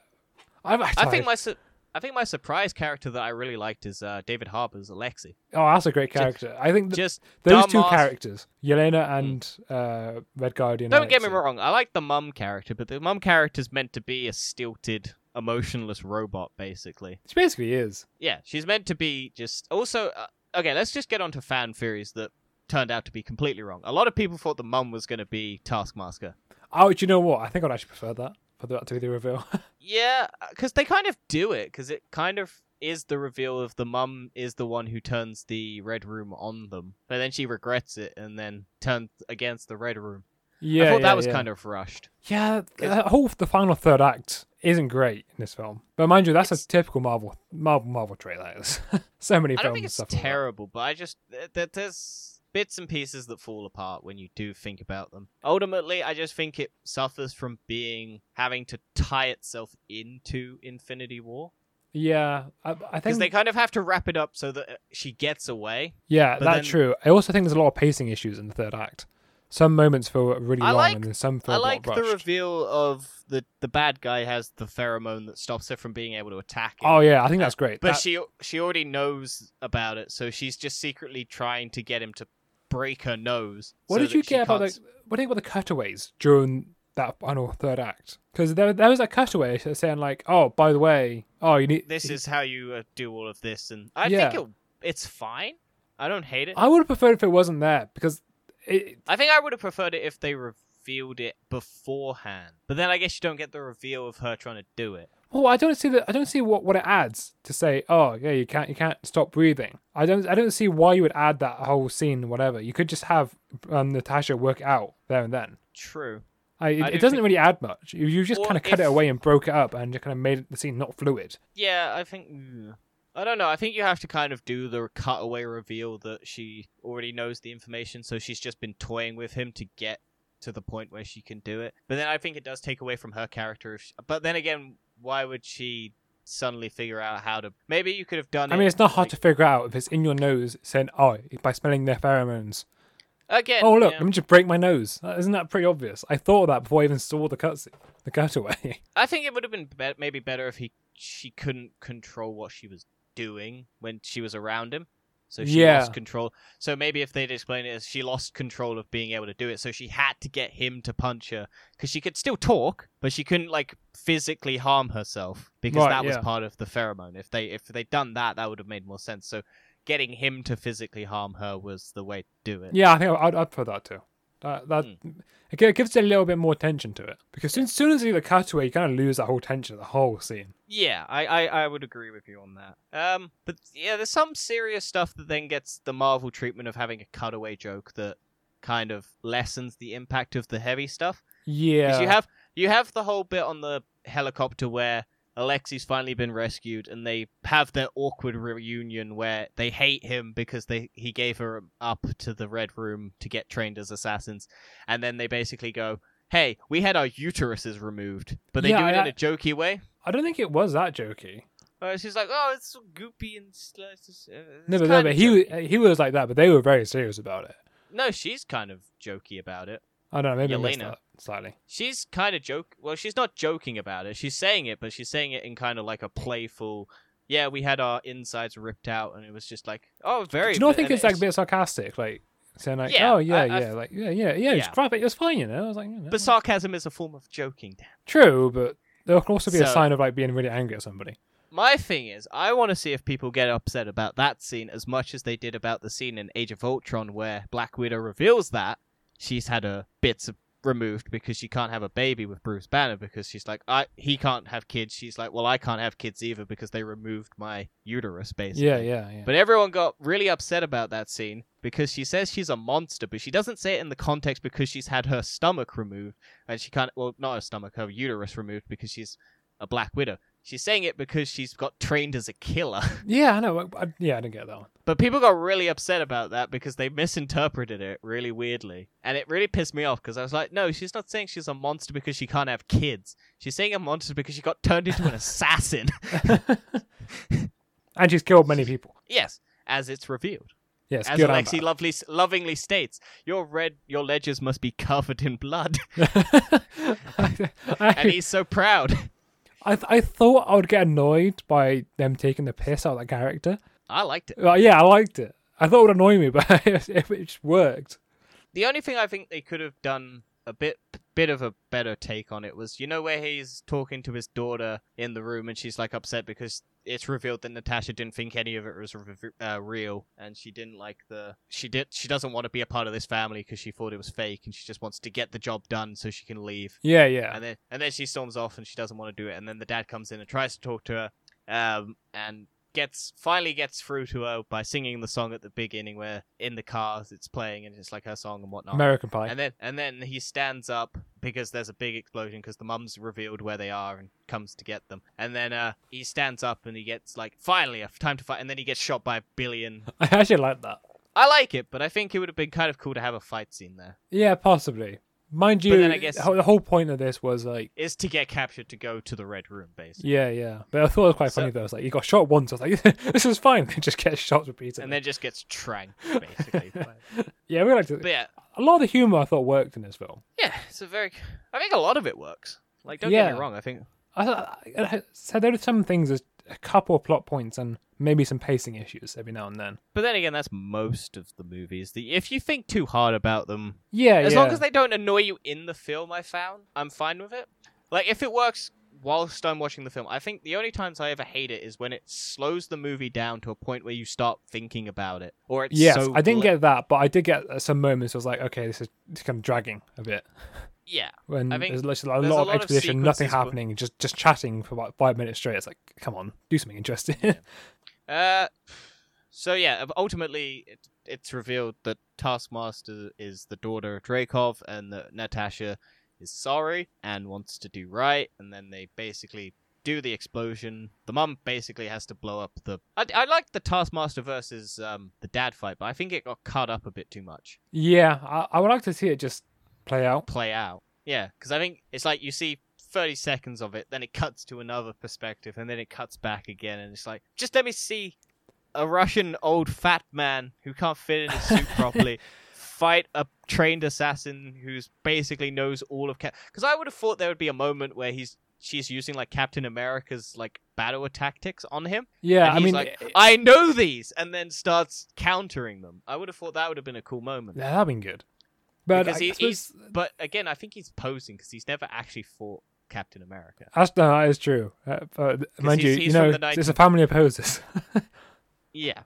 S2: I, I,
S1: I think my su- I think my surprise character that I really liked is uh, David Harbour's Alexi.
S2: oh, that's a great character. I think th-
S1: Just
S2: those
S1: dumb
S2: two
S1: ass-
S2: characters, Yelena and uh, Red Guardian.
S1: Don't get me
S2: Alexei.
S1: wrong, I like the mum character, but the mum character's meant to be a stilted, emotionless robot, basically.
S2: She basically is.
S1: Yeah, she's meant to be just. Also, uh, okay, let's just get on to fan theories that turned out to be completely wrong. A lot of people thought the mum was going to be Taskmaster.
S2: Oh, do you know what? I think I'd actually prefer that for that to be the reveal.
S1: Yeah, because they kind of do it, because it kind of is the reveal of the mum is the one who turns the red room on them, but then she regrets it and then turns against the red room.
S2: yeah,
S1: I thought
S2: yeah,
S1: that was
S2: yeah.
S1: kind of rushed.
S2: yeah. th-
S1: 'Cause-
S2: that whole the final third act isn't great in this film, but mind you, that's a typical Marvel Marvel Marvel trait. That is so many
S1: I
S2: films.
S1: don't think it's
S2: suffer with that.
S1: terrible, but I just th- th- there's bits and pieces that fall apart when you do think about them. Ultimately, I just think it suffers from being having to tie itself into Infinity War
S2: Yeah, I, I
S1: because
S2: think.
S1: they kind of have to wrap it up so that uh, she gets away.
S2: yeah,
S1: but
S2: that's
S1: then-
S2: true. I also think there's a lot of pacing issues in the third act. Some moments feel really
S1: I
S2: long,
S1: like-
S2: and then some feel
S1: I
S2: a lot
S1: like the
S2: rushed.
S1: reveal of the the bad guy has the pheromone that stops her from being able to attack him.
S2: Oh yeah, I think that's great.
S1: Uh, But
S2: That-
S1: she she already knows about it, so she's just secretly trying to get him to break her nose.
S2: What
S1: so
S2: did you
S1: that she
S2: get about
S1: can't
S2: the what do you think about the cutaways during that final third act? Because there, there was a cutaway saying like, "Oh, by the way, oh, you need
S1: this is how you uh, do all of this and i
S2: Yeah.
S1: think it, it's fine i don't hate it I...
S2: I would have preferred if it wasn't there because it.
S1: think i would have preferred it if they revealed it beforehand but then i guess you don't get the reveal of her trying to do it
S2: Well, I don't see that. I don't see what, what it adds to say. Oh, yeah, you can't you can't stop breathing. I don't I don't see why you would add that whole scene. Whatever you could just have um, Natasha work it out there and then.
S1: true
S2: I, it,
S1: I
S2: it
S1: do
S2: doesn't
S1: think-
S2: really add much. You, you just
S1: Or
S2: kind of cut it
S1: if-
S2: away and broke it up and just kind of made the scene not fluid.
S1: yeah i think mm, i don't know i think you have to kind of do the cutaway reveal that she already knows the information so she's just been toying with him to get to the point where she can do it but then i think it does take away from her character if she... but then again why would she suddenly figure out how to maybe you could have done
S2: I
S1: it
S2: mean, it's not hard
S1: like-
S2: to figure out if it's in your nose saying, oh, by smelling their pheromones.
S1: Again,
S2: Oh, look,
S1: yeah.
S2: let me just break my nose. Uh, Isn't that pretty obvious? I thought of that before I even saw the cuts, the cutaway.
S1: I think it would have been be- maybe better if he she couldn't control what she was doing when she was around him. So she
S2: Yeah.
S1: lost control. So maybe if they'd explained it as she lost control of being able to do it, so she had to get him to punch her because she could still talk, but she couldn't like physically harm herself because
S2: Right,
S1: that was
S2: yeah.
S1: part of the pheromone. If they if they'd done that, that would have made more sense. So getting him to physically harm her was the way to do it.
S2: yeah, I think I'd, I'd put that too. That, that
S1: Hmm.
S2: it gi- it gives it a little bit more tension to it because soon, soon as you do the cutaway, you kind of lose that whole tension of the whole scene.
S1: Yeah, I, I, I would agree with you on that. Um, but yeah, there's some serious stuff that then gets the Marvel treatment of having a cutaway joke that kind of lessens the impact of the heavy stuff.
S2: Yeah,
S1: Because you have you have the whole bit on the helicopter where Alexi's finally been rescued, and they have their awkward reunion where they hate him because they he gave her up to the Red Room to get trained as assassins, and then they basically go, "Hey, we had our uteruses removed," but they
S2: Yeah,
S1: do it
S2: I-
S1: in a jokey way.
S2: I don't think it was that jokey.
S1: Uh, she's like, oh, it's so goopy and slices. uh,
S2: No,
S1: it's
S2: but
S1: kinda
S2: no, but he
S1: jokey."
S2: he was like that, but they were very serious about it.
S1: No, she's kind of jokey about it.
S2: I don't know, maybe I missed
S1: Yelena.
S2: that slightly.
S1: She's kind of joke. Well, she's not joking about it. She's saying it, but she's saying it in kind of like a playful, yeah, we had our insides ripped out, and it was just like, oh, very.
S2: Do you know? I
S1: and
S2: think it's like a bit sarcastic, like saying like,
S1: Yeah,
S2: "Oh yeah,
S1: I- I-
S2: yeah, like yeah, yeah, yeah, it's
S1: Yeah.
S2: crap. It was fine, you know." I was like, you know,
S1: But sarcasm is a form of joking, Dan.
S2: "True," but there can also be a
S1: So-
S2: sign of like being really angry at somebody.
S1: My thing is, I want to see if people get upset about that scene as much as they did about the scene in Age of Ultron where Black Widow reveals that she's had her bits removed because she can't have a baby with Bruce Banner because she's like, I he can't have kids. She's like, well, I can't have kids either because they removed my uterus, basically.
S2: Yeah, yeah, yeah.
S1: But everyone got really upset about that scene because she says she's a monster, but she doesn't say it in the context because she's had her stomach removed and she can't, well, not her stomach, her uterus removed because she's a black widow. She's saying it because she's got trained as a killer.
S2: yeah, I know. I, I- yeah, I didn't get that one.
S1: but people got really upset about that because they misinterpreted it really weirdly. And it really pissed me off because I was like, no, she's not saying she's a monster because she can't have kids. She's saying a monster because she got turned into an assassin.
S2: And she's killed many people.
S1: yes, as it's revealed.
S2: Yes,
S1: As
S2: good and
S1: Alexi lovely, lovingly states, your red, your ledgers must be covered in blood,
S2: bad. I,
S1: and he's so proud.
S2: I, th- I thought I would get annoyed by them taking the piss out of that character.
S1: I liked it.
S2: Like, yeah, I liked it. I thought it would annoy me, but it, it just worked.
S1: The only thing I think they could have done a bit, bit of a better take on it was, you know, where he's talking to his daughter in the room, and she's like upset because it's revealed that Natasha didn't think any of it was rev- uh, real, and she didn't like the, she did, she doesn't want to be a part of this family because she thought it was fake, and she just wants to get the job done so she can leave.
S2: Yeah, yeah.
S1: and then and then she storms off and she doesn't want to do it and then the dad comes in and tries to talk to her um and gets finally gets through to her by singing the song at the beginning where in the cars it's playing and it's like her song and whatnot
S2: American Pie.
S1: uh, and then and then he stands up because there's a big explosion because the mum's revealed where they are and comes to get them and then uh he stands up and he gets like finally a time to fight and then he gets shot by a billion
S2: I actually like that.
S1: i like it but i think it would have been kind of cool to have a fight scene there
S2: Yeah, possibly. Mind you,
S1: then I guess-
S2: the whole point of this was like,
S1: is to get captured to go to the red room basically
S2: yeah, yeah. But I thought it was quite
S1: So-
S2: funny though. It's like he got shot once. I was like, this is fine. They just get shot repeatedly.
S1: and then just gets tranked basically.
S2: yeah, we liked it.
S1: but yeah,
S2: A lot of the humor I thought worked in this film.
S1: yeah, it's a very. I think a lot of it works. Like, don't get
S2: Yeah.
S1: me wrong. I think
S2: I, I, I so there are some things, there's a couple of plot points and maybe some pacing issues every now and then.
S1: But then again, that's most of the movies. The if you think too hard about them,
S2: Yeah,
S1: as
S2: yeah.
S1: long as they don't annoy you in the film, I found I'm fine with it. Like if it works whilst I'm watching the film, I think the only times I ever hate it is when it slows the movie down to a point where you start thinking about it, or it's
S2: Yes,
S1: so
S2: I didn't
S1: bla-
S2: get that, but I did get uh, some moments. I was like, okay, this is it's kind of dragging a bit.
S1: yeah.
S2: When
S1: I think
S2: there's literally a
S1: there's
S2: lot
S1: a
S2: of
S1: lot of
S2: exposition, nothing
S1: sequences where-
S2: happening, just just chatting for about five minutes straight. It's like, come on, do something interesting.
S1: Uh, so yeah, uh, ultimately, it, it's revealed that Taskmaster is the daughter of Dracov, and that Natasha is sorry and wants to do right. And then they basically do the explosion. The mum basically has to blow up the. I, I like the Taskmaster versus um the dad fight, but I think it got cut up a bit too much.
S2: yeah, I, I would like to see it just play out.
S1: Play out, yeah, because I think it's like you see. 30 seconds of it, then it cuts to another perspective, and then it cuts back again, and it's like, just let me see a Russian old fat man who can't fit in his suit properly fight a trained assassin who's basically knows all of Cap. Because I would have thought there would be a moment where he's she's using like Captain America's like battle tactics on him.
S2: Yeah,
S1: and
S2: I
S1: he's
S2: mean, eh,
S1: like,
S2: it-
S1: I know these, and then starts countering them. I would have thought that would have been a cool moment.
S2: yeah, that'd been good. But
S1: because
S2: I
S1: he,
S2: suppose-
S1: he's, but again, I think he's posing because he's never actually fought Captain America.
S2: that's, no, that is true. Uh, but mind you,
S1: he's-
S2: you
S1: he's
S2: know,
S1: from the
S2: it's a family of poses.
S1: Yeah,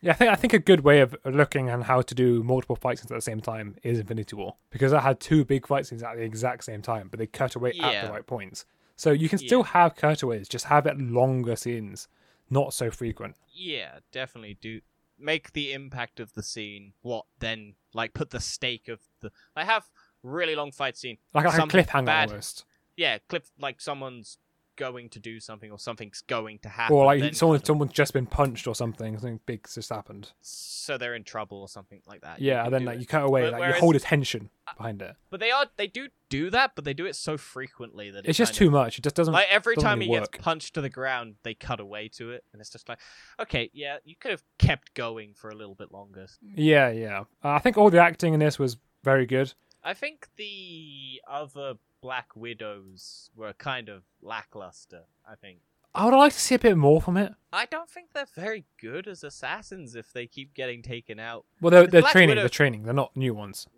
S2: yeah, I think I think a good way of looking and how to do multiple fight scenes at the same time is Infinity War because that had two big fight scenes at the exact same time, but they cut away at
S1: Yeah.
S2: the right points. So you can still have cutaways, just have it longer scenes, not so frequent.
S1: yeah, definitely do make the impact of the scene what then like put the stake of the I have really long fight scene.
S2: Like, like a
S1: Some
S2: cliffhanger
S1: bad-
S2: almost,
S1: Yeah, clip like someone's going to do something or something's going to happen.
S2: or like
S1: then
S2: someone
S1: kind of-
S2: someone's just been punched or something, something big's just happened.
S1: so they're in trouble or something like that. Uh, You
S2: Yeah,
S1: can
S2: and then
S1: do
S2: like
S1: it.
S2: you cut away,
S1: But
S2: like you
S1: whereas-
S2: hold a tension behind it.
S1: But they are they do do that, but they do it so frequently that it
S2: It's just
S1: kind
S2: too much. It just doesn't.
S1: of, like every
S2: doesn't
S1: time he
S2: really work.
S1: gets punched to the ground, they cut away to it, and it's just like, okay, yeah, you could have kept going for a little bit longer.
S2: Yeah, yeah. Uh, I think all the acting in this was very good.
S1: I think the other Black Widows were kind of lackluster. I think
S2: I would like to see a bit more from it.
S1: I don't think they're very good as assassins if they keep getting taken out.
S2: Well, they're,
S1: With
S2: they're
S1: Black
S2: training.
S1: Widow-
S2: They're training. They're not new ones.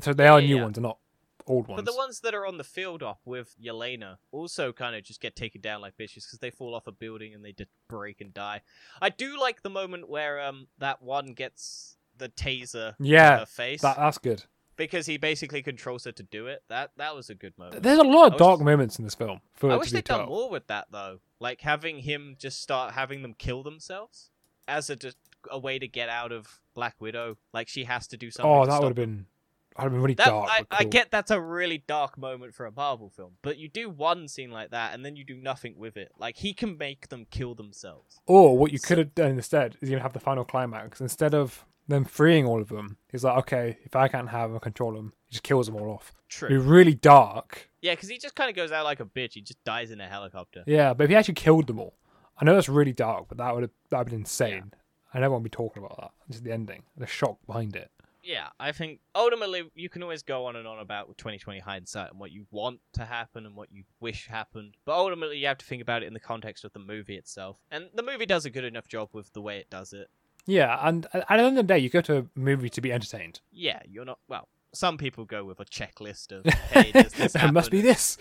S2: So they are
S1: yeah,
S2: new
S1: yeah.
S2: ones. They're not old ones.
S1: But the ones that are on the field op with Yelena also kind of just get taken down like bitches because they fall off a building and they just break and die. I do like the moment where um that one gets the taser in
S2: yeah,
S1: her face
S2: that, that's good.
S1: because he basically controls her to do it. That that was a good moment.
S2: There's a lot of
S1: I wish-
S2: dark moments in this film. For
S1: I
S2: it
S1: wish
S2: to be
S1: they'd done
S2: 12.
S1: more with that though. Like having him just start having them kill themselves as a just a way to get out of Black Widow. Like she has to do something.
S2: Oh,
S1: to
S2: that
S1: stop
S2: would have been. I'd have been really
S1: That,
S2: dark.
S1: I,
S2: but
S1: I
S2: cool.
S1: get that's a really dark moment for a Marvel film, but you do one scene like that and then you do nothing with it. Like he can make them kill themselves.
S2: Or what you
S1: So-
S2: could have done instead is you have the final climax instead of them freeing all of them. He's like, okay, if I can't have them, control them. He just kills them all off. It'd
S1: True.
S2: be really dark.
S1: Yeah, because he just kind of goes out like a bitch. He just dies in a helicopter.
S2: Yeah, but if he actually killed them all, I know that's really dark, but that would have that would have been insane. I never want to be talking about that. Just the ending, the shock behind it.
S1: Yeah, I think ultimately you can always go on and on about with 2020 hindsight and what you want to happen and what you wish happened, but ultimately you have to think about it in the context of the movie itself. And the movie does a good enough job with the way it does it.
S2: Yeah, and at the end of the day, you go to a movie to be entertained.
S1: Yeah, you're not well. Some people go with a checklist of hey, does this
S2: there must
S1: happen?
S2: be this.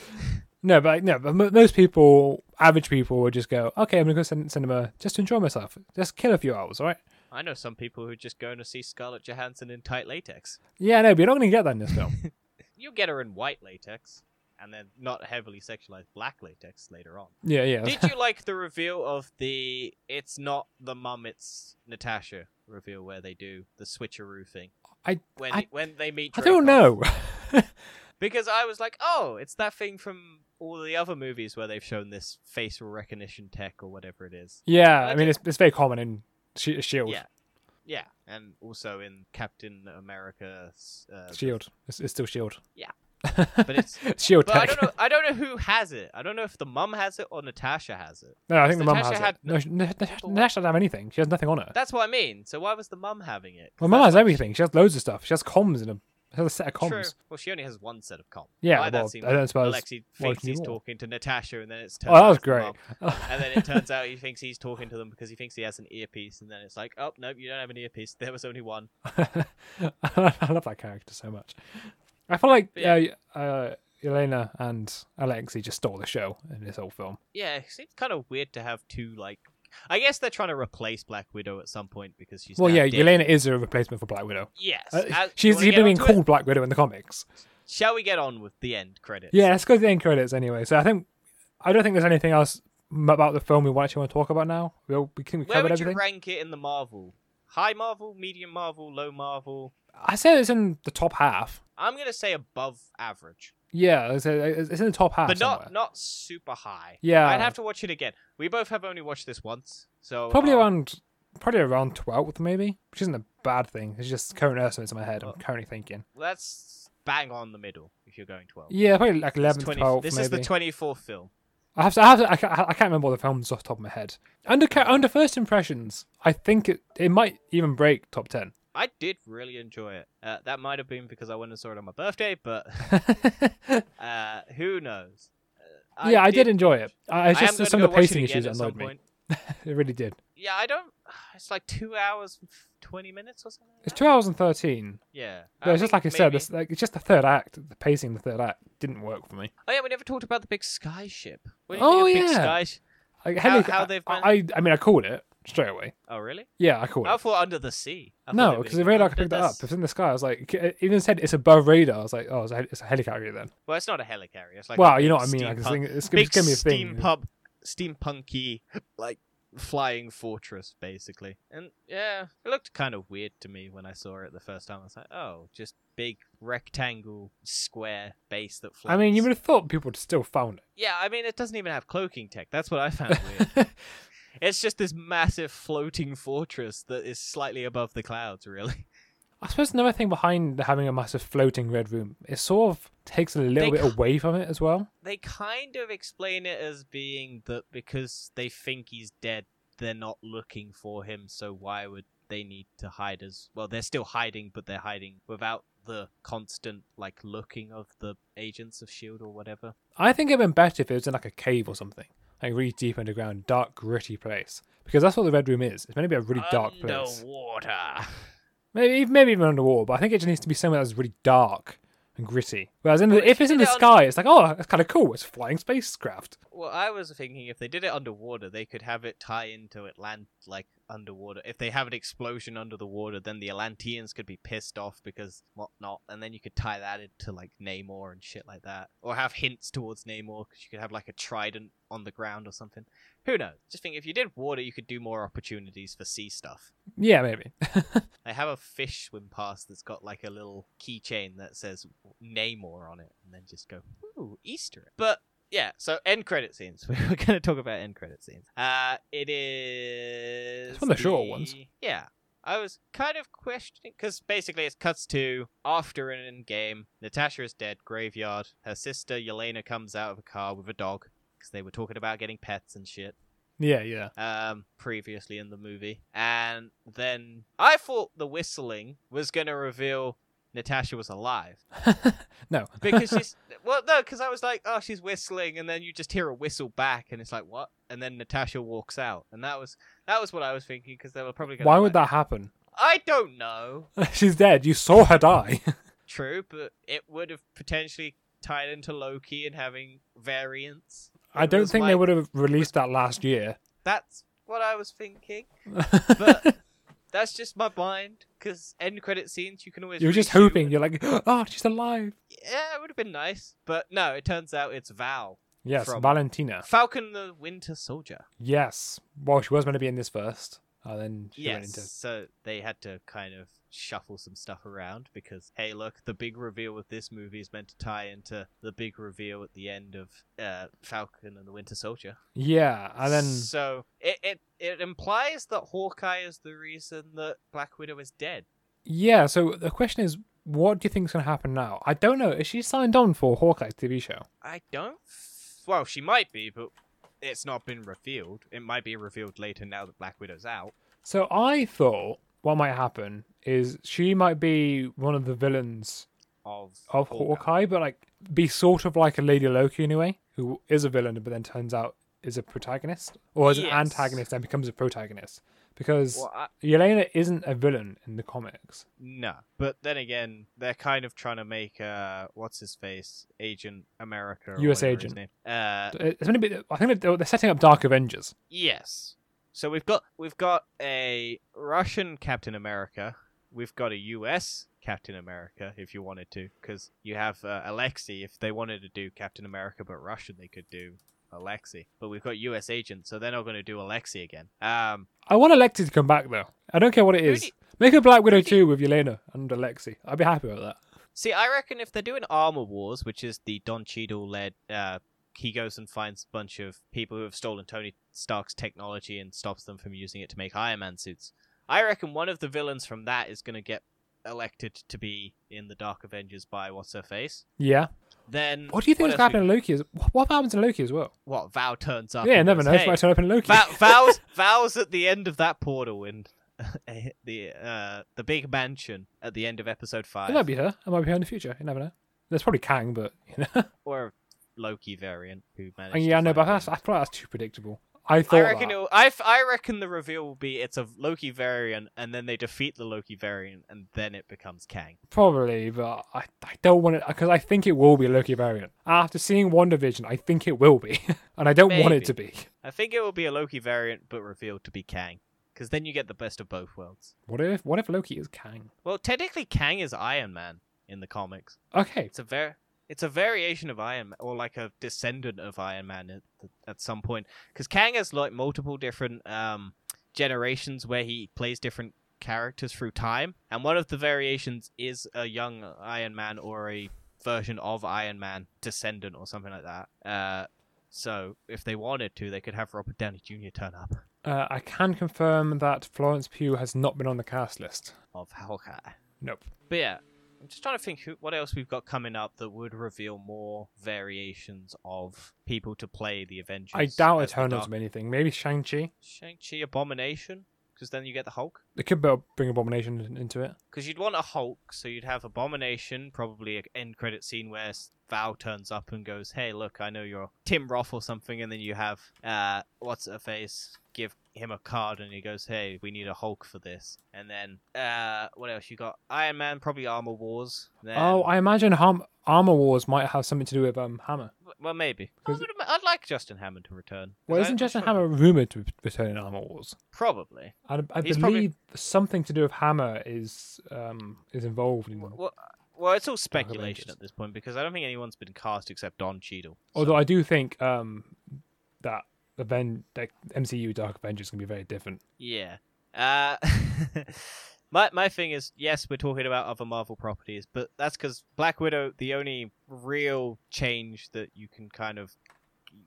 S2: No, but like, no, but mo- most people, average people, would just go, okay, I'm gonna go to cinema just to enjoy myself, just kill a few hours, all right?
S1: I know some people who are just going to see Scarlett Johansson in tight latex.
S2: Yeah, no, but you're not gonna get that in this film.
S1: You get her in white latex, and then not heavily sexualized black latex later on.
S2: Yeah, yeah.
S1: Did you like the reveal of the it's not the mum, it's Natasha reveal where they do the switcheroo thing?
S2: I-
S1: when
S2: I-
S1: when they meet.
S2: I don't
S1: Dracov.
S2: know.
S1: because I was like, oh, it's that thing from all the other movies where they've shown this facial recognition tech or whatever it is.
S2: yeah, I
S1: Okay.
S2: mean it's it's very common in Sh- Shield.
S1: Yeah. Yeah, and also in Captain America's uh,
S2: Shield. E It's, it's still Shield.
S1: Yeah. But it's-
S2: Shield
S1: But I
S2: E tech.
S1: don't know. I don't know who has it. I don't know if the mum has it or Natasha has it.
S2: no, I think the mum
S1: Natasha
S2: has
S1: had-
S2: it. No, she- Na- Na- Natasha doesn't have anything. She has nothing on her.
S1: That's what I mean. So why was the mum having it? 'Cause
S2: My Uh, mum
S1: that's
S2: has
S1: what
S2: everything. She has loads of stuff. She has comms in a, she has a set of
S1: she-
S2: comms.
S1: True. Well, she only has one set of comms.
S2: Yeah,
S1: By
S2: well, uh,
S1: that scene,
S2: I don't suppose.
S1: Alexei
S2: why
S1: thinks
S2: can you
S1: he's
S2: more?
S1: talking to Natasha, and then it's
S2: Oh, that was
S1: turns out it's the
S2: great.
S1: mum. And then it turns out he thinks he's talking to them because he thinks he has an earpiece, and then it's like, oh nope, you don't have an earpiece. There was only one.
S2: I love that character so much. I feel like
S1: But yeah.
S2: uh, uh, Elena and Alexei just stole the show in this whole film.
S1: Yeah, it seems kind of weird to have two like. I guess they're trying to replace Black Widow at some point because she's.
S2: well,
S1: now
S2: yeah,
S1: dead.
S2: Elena is a replacement for Black Widow.
S1: Yes,
S2: Uh,
S1: uh, do you
S2: she's
S1: wanna
S2: she's
S1: get
S2: been
S1: onto it?
S2: called Black Widow in the comics.
S1: Shall we get on with the end credits?
S2: Yeah, let's go to the end credits anyway. So I think I don't think there's anything else m- about the film we actually want to talk about now. We all, we, think we
S1: Where
S2: covered
S1: would
S2: everything.
S1: you rank it in the Marvel? High Marvel, medium Marvel, low Marvel.
S2: I say it's in the top half.
S1: I'm gonna say above average,
S2: Yeah, it's, uh, it's in the top half.
S1: but not
S2: Ah, somewhere.
S1: not super high.
S2: Yeah.
S1: I'd have to watch it again. We both have only watched this once, so
S2: probably
S1: uh,
S2: around probably around twelfth maybe, which isn't a bad thing. It's just current estimates in my head. I'm
S1: Well-
S2: currently thinking.
S1: That's bang on the middle if you're going 12.
S2: Yeah, probably like
S1: It's
S2: 11th,
S1: 20
S2: 12th,
S1: this
S2: maybe.
S1: is the 24th film.
S2: I have to, I have to, I, can't, I can't remember all the films off the top of my head. Under ca- under first impressions, I think it it might even break top ten.
S1: I did really enjoy it. Uh, that might have been because I went and saw it on my birthday, but uh, who knows? Uh,
S2: yeah, I did enjoy it. I,
S1: I
S2: it's just
S1: am gonna
S2: some of
S1: go
S2: the
S1: watch it
S2: pacing
S1: again
S2: issues
S1: at some
S2: annoyed me.
S1: point.
S2: It really did.
S1: Yeah, I don't. It's like two hours, and twenty minutes or something. like
S2: It's
S1: that?
S2: two hours and thirteen.
S1: Yeah,
S2: But it's just like I said, it's, like, it's just the third act. The pacing, in the third act, didn't work for me.
S1: Oh yeah, we never talked about the big sky ship. What do
S2: Oh,
S1: you think of Big
S2: yeah.
S1: sky sh-
S2: Like,
S1: How-
S2: Henry-
S1: how they've
S2: I, I, I mean, I called it straight away.
S1: oh really?
S2: Yeah, I called it.
S1: I thought under the sea. I thought they
S2: No,
S1: were
S2: because the
S1: gonna go
S2: radar could
S1: under
S2: pick that
S1: the
S2: up.
S1: s-
S2: It's in the sky. I was like, it even said it's above radar. I was like, oh, it's a, it's a helicopter then.
S1: Well, it's not a helicarrier. It's like a
S2: wow, you know
S1: big
S2: what I mean?
S1: steampunk-
S2: Like, it's, thing- it's,
S1: big
S2: it's gonna be a thing.
S1: steampunk, steampunky, like flying fortress, basically. And yeah, it looked kind of weird to me when I saw it the first time. I was like, oh, just big rectangle square base that flies.
S2: I mean, you would have thought people would still found
S1: yeah, I mean, it doesn't even have cloaking tech. That's what I found weird.
S2: it.
S1: it's just this massive floating fortress that is slightly above the clouds, really.
S2: I suppose another thing behind having a massive floating red room, it sort of takes a little
S1: They
S2: bit
S1: ca-
S2: away from it as well.
S1: They kind of explain it as being that because they think he's dead, they're not looking for him, so why would they need to hide as well? They're still hiding, but they're hiding without the constant like looking of the agents of shield E or whatever.
S2: I think it'd been better if it was in like a cave or something. like really deep underground, dark, gritty place. Because that's what the Red Room is. It's meant to be a really dark place.
S1: Underwater.
S2: Maybe, maybe even underwater, but I think it just needs to be somewhere that's really dark and gritty. Whereas in the, if it's in the
S1: Yeah, on-
S2: sky, it's like, oh, that's kind of cool. It's a flying spacecraft.
S1: Well, I was thinking if they did it underwater, they could have it tie into Atlant like underwater. If they have an explosion under the water, then the Atlanteans could be pissed off because whatnot, and then you could tie that into like Namor and shit like that, or have hints towards Namor because you could have like a trident on the ground or something. Who knows? Just think if you did water, you could do more opportunities for sea stuff.
S2: Yeah, maybe.
S1: I have a fish swim past that's got like a little keychain that says Namor on it, and then just go, ooh, Easter. egg." But yeah, so end credit scenes. We were going to talk about end credit scenes. Uh, it is.
S2: one of the shorter ones.
S1: Yeah. I was kind of questioning because basically it cuts to after an end game. Natasha is dead, graveyard. Her sister Yelena comes out of a car with a dog because they were talking about getting pets and shit
S2: yeah, yeah.
S1: um, previously in the movie. And then I thought the whistling was going to reveal Natasha was alive
S2: No.
S1: because she's well, no, because I was like, oh, she's whistling, and then you just hear a whistle back, and it's like what? And then Natasha walks out, and that was that was what I was thinking because they were probably going.
S2: Why would that happen?
S1: I don't know.
S2: She's dead. You saw her die.
S1: True, but it would have potentially tied into Loki and having variants.
S2: I
S1: It
S2: don't
S1: was
S2: think they
S1: like,
S2: would have released that last year.
S1: That's what I was thinking. But that's just my mind, because end credit scenes you can always.
S2: you were just
S1: reshoot
S2: hoping.
S1: it.
S2: You're like, oh, she's alive.
S1: Yeah, it would have been nice, but no. It turns out it's Val,
S2: Yes,
S1: From-
S2: Valentina.
S1: Falcon the Winter Soldier.
S2: Yes. Well, she was meant to be in this first. And then she went
S1: Yes,
S2: into.
S1: so they had to kind of shuffle some stuff around because hey, look, the big reveal of this movie is meant to tie into the big reveal at the end of uh, Falcon and the Winter Soldier.
S2: Yeah. And then.
S1: so it, it it implies that Hawkeye is the reason that Black Widow is dead.
S2: Yeah. So the question is, what do you think's going to happen now? I don't know. Is she signed on for Hawkeye's TV show?
S1: I don't. f- Well, she might be, but it's not been revealed. It might be revealed later now that Black Widow's out.
S2: So I thought what might happen is she might be one of the villains
S1: Of
S2: of Hawkeye, but like be sort of like a Lady Loki in a way, who is a villain but then turns out is a protagonist or is an
S1: Yes.
S2: antagonist and becomes a protagonist because
S1: Well, I-
S2: Yelena isn't a villain in the comics.
S1: No, but then again, they're kind of trying to make uh, what's his face, Agent America, or
S2: US
S1: whatever his
S2: Agent.
S1: name. Uh,
S2: It's going to be. I think they're they're setting up Dark Avengers.
S1: yes. So we've got we've got a Russian Captain America. We've got a U.S. Captain America, if you wanted to, because you have uh, Alexei. If they wanted to do Captain America but Russian, they could do Alexei. But we've got U.S. Agent, so they're not going to do Alexei again. Um,
S2: I want Alexi to come back though. I don't care what it
S1: Who
S2: is.
S1: do-
S2: Make a Black Widow
S1: who do-
S2: too with Yelena and Alexi. I'd be happy with that.
S1: See, I reckon if they're doing Armor Wars, which is the Don Cheadle led, uh, he goes and finds a bunch of people who have stolen Tony Stark's technology and stops them from using it to make Iron Man suits. I reckon one of the villains from that is going to get elected to be in the Dark Avengers by what's her face.
S2: Yeah.
S1: Then
S2: What do you think is
S1: else
S2: happening in Loki? Is what happens in Loki as well?
S1: we- What Val turns up?
S2: yeah,
S1: and
S2: never
S1: goes,
S2: know. Hey,
S1: "Hey,
S2: might turn up in Loki.
S1: Va- Val's Val's at the end of that portal in the uh, the big mansion at the end of episode
S2: It
S1: five,
S2: might be her. It might be her in the future. You never know. There's probably Kang, but you know.
S1: or a Loki variant who managed.
S2: And
S1: to
S2: yeah, no,
S1: find
S2: but
S1: him.
S2: that's, I feel like that's too predictable. I thought
S1: I reckon
S2: that.
S1: it'll, I, f- I reckon the reveal will be it's a Loki variant, and then they defeat the Loki variant, and then it becomes Kang.
S2: probably, but I, I don't want it because I think it will be a Loki variant. After seeing WandaVision, I think it will be, and I don't want it to be.
S1: I think it will be a Loki variant, but revealed to be Kang, because then you get the best of both worlds.
S2: What if what if Loki is Kang?
S1: Well, technically, Kang is Iron Man in the comics.
S2: Okay,
S1: It's a ver- it's a variation of Iron Man, or like a descendant of Iron Man at, at some point, because Kang has like multiple different um, generations where he plays different characters through time, and one of the variations is a young Iron Man or a version of Iron Man descendant or something like that. Uh, so if they wanted to, they could have Robert Downey Jr. turn up
S2: uh, I can confirm that Florence Pugh has not been on the cast list.
S1: of Hawkeye.
S2: Nope.
S1: But yeah, I'm just trying to think who, what else we've got coming up that would reveal more variations of people to play the Avengers.
S2: I doubt
S1: as
S2: it's
S1: the
S2: her not
S1: Dark-
S2: to be anything. Maybe Shang Chi.
S1: Shang-Chi Abomination, because then you get the Hulk.
S2: They could be- bring Abomination in- into it.
S1: Because you'd want a Hulk, so you'd have Abomination, probably an end credit scene where s- Val turns up and goes, "Hey, look, I know you're Tim Roth or something," and then you have uh, what's her face give him a card, and he goes, "Hey, we need a Hulk for this," and then uh, what else you got? Iron Man, probably Armor Wars. Then,
S2: Oh, I imagine Ham- Armor Wars might have something to do with um, Hammer.
S1: well, maybe. I
S2: 'Cause-
S1: would, ima- I'd like Justin Hammond to return. 'Cause
S2: Well,
S1: I-
S2: isn't
S1: I'm
S2: Justin
S1: sure-
S2: Hammer rumored to return in Armor Wars?
S1: Probably.
S2: I, I
S1: He's
S2: believe
S1: probably-
S2: something to do with Hammer is um, is involved in.
S1: Well, well, it's all speculation
S2: Avengers.
S1: at this point because I don't think anyone's been cast except Don Cheadle.
S2: Although I do think um, that the Ven- like MCU Dark Avengers can be very different.
S1: Yeah. Uh, my my thing is, yes, we're talking about other Marvel properties, but that's because Black Widow, the only real change that you can kind of,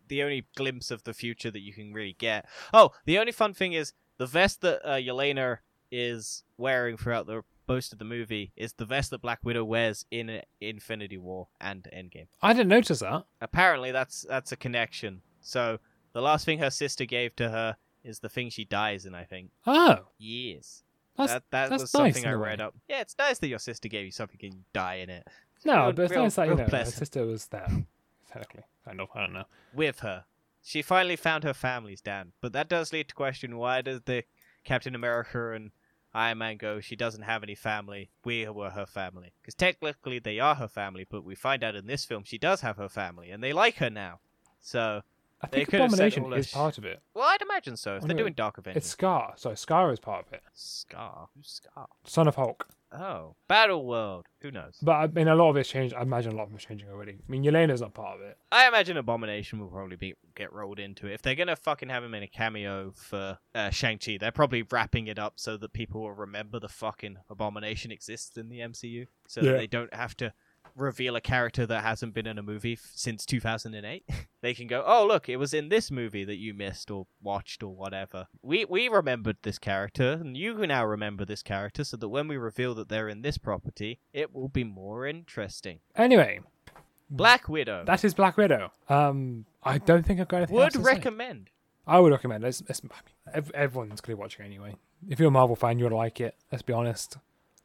S1: the only glimpse of the future that you can really get. Oh, the only fun thing is the vest that uh, Yelena is wearing throughout the most of the movie is the vest that Black Widow wears in uh, Infinity War and Endgame
S2: I didn't notice that.
S1: apparently that's that's a connection. So the last thing her sister gave to her is the thing she dies in, I think.
S2: Oh,
S1: Yes.
S2: that's
S1: that that
S2: that's
S1: was
S2: nice
S1: something
S2: in
S1: I
S2: a
S1: read
S2: way.
S1: up. Yeah, it's nice that your sister gave you something and you die in it.
S2: no,
S1: real-
S2: but it's
S1: real-
S2: nice that you
S1: real
S2: know her
S1: pleasant.
S2: sister was there. Technically, kind of. I don't know.
S1: With her. She finally found her family's Dan. But that does lead to question why does the Captain America and Iron Man go, she doesn't have any family. We were her family. Because technically they are her family, but we find out in this film she does have her family and they like her now. So,
S2: I
S1: They
S2: think
S1: could have said
S2: Abomination
S1: all
S2: is
S1: this-
S2: part of it.
S1: well, I'd imagine so. If
S2: Oh,
S1: they're
S2: no.
S1: doing Dark Avengers.
S2: It's Scar. Sorry, Scar is part of it.
S1: Scar? Who's Scar?
S2: Son of Hulk.
S1: Oh, Battle World. Who knows?
S2: But I mean, a lot of it's changed. I imagine a lot of it's changing already. I mean, Yelena's not part of it.
S1: I imagine Abomination will probably be get rolled into it. If they're gonna fucking have him in a cameo for uh, Shang Chi, they're probably wrapping it up so that people will remember the fucking Abomination exists in the MCU, so
S2: Yeah.
S1: that they don't have to reveal a character that hasn't been in a movie f- since 2008. they can go, "Oh, look, it was in this movie that you missed or watched or whatever. We we remembered this character, and you can now remember this character, so that when we reveal that they're in this property, it will be more interesting."
S2: Anyway,
S1: Black Widow.
S2: Hmm. that is Black Widow. Um, I don't think I've got anything. else
S1: would
S2: to say.
S1: recommend.
S2: I would recommend. it. It's, it's, I mean, ev- everyone's going to be watching anyway. If you're a Marvel fan, you'll like it. Let's be honest.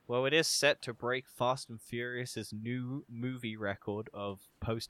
S1: Well, it is set to break Fast and Furious's new movie record of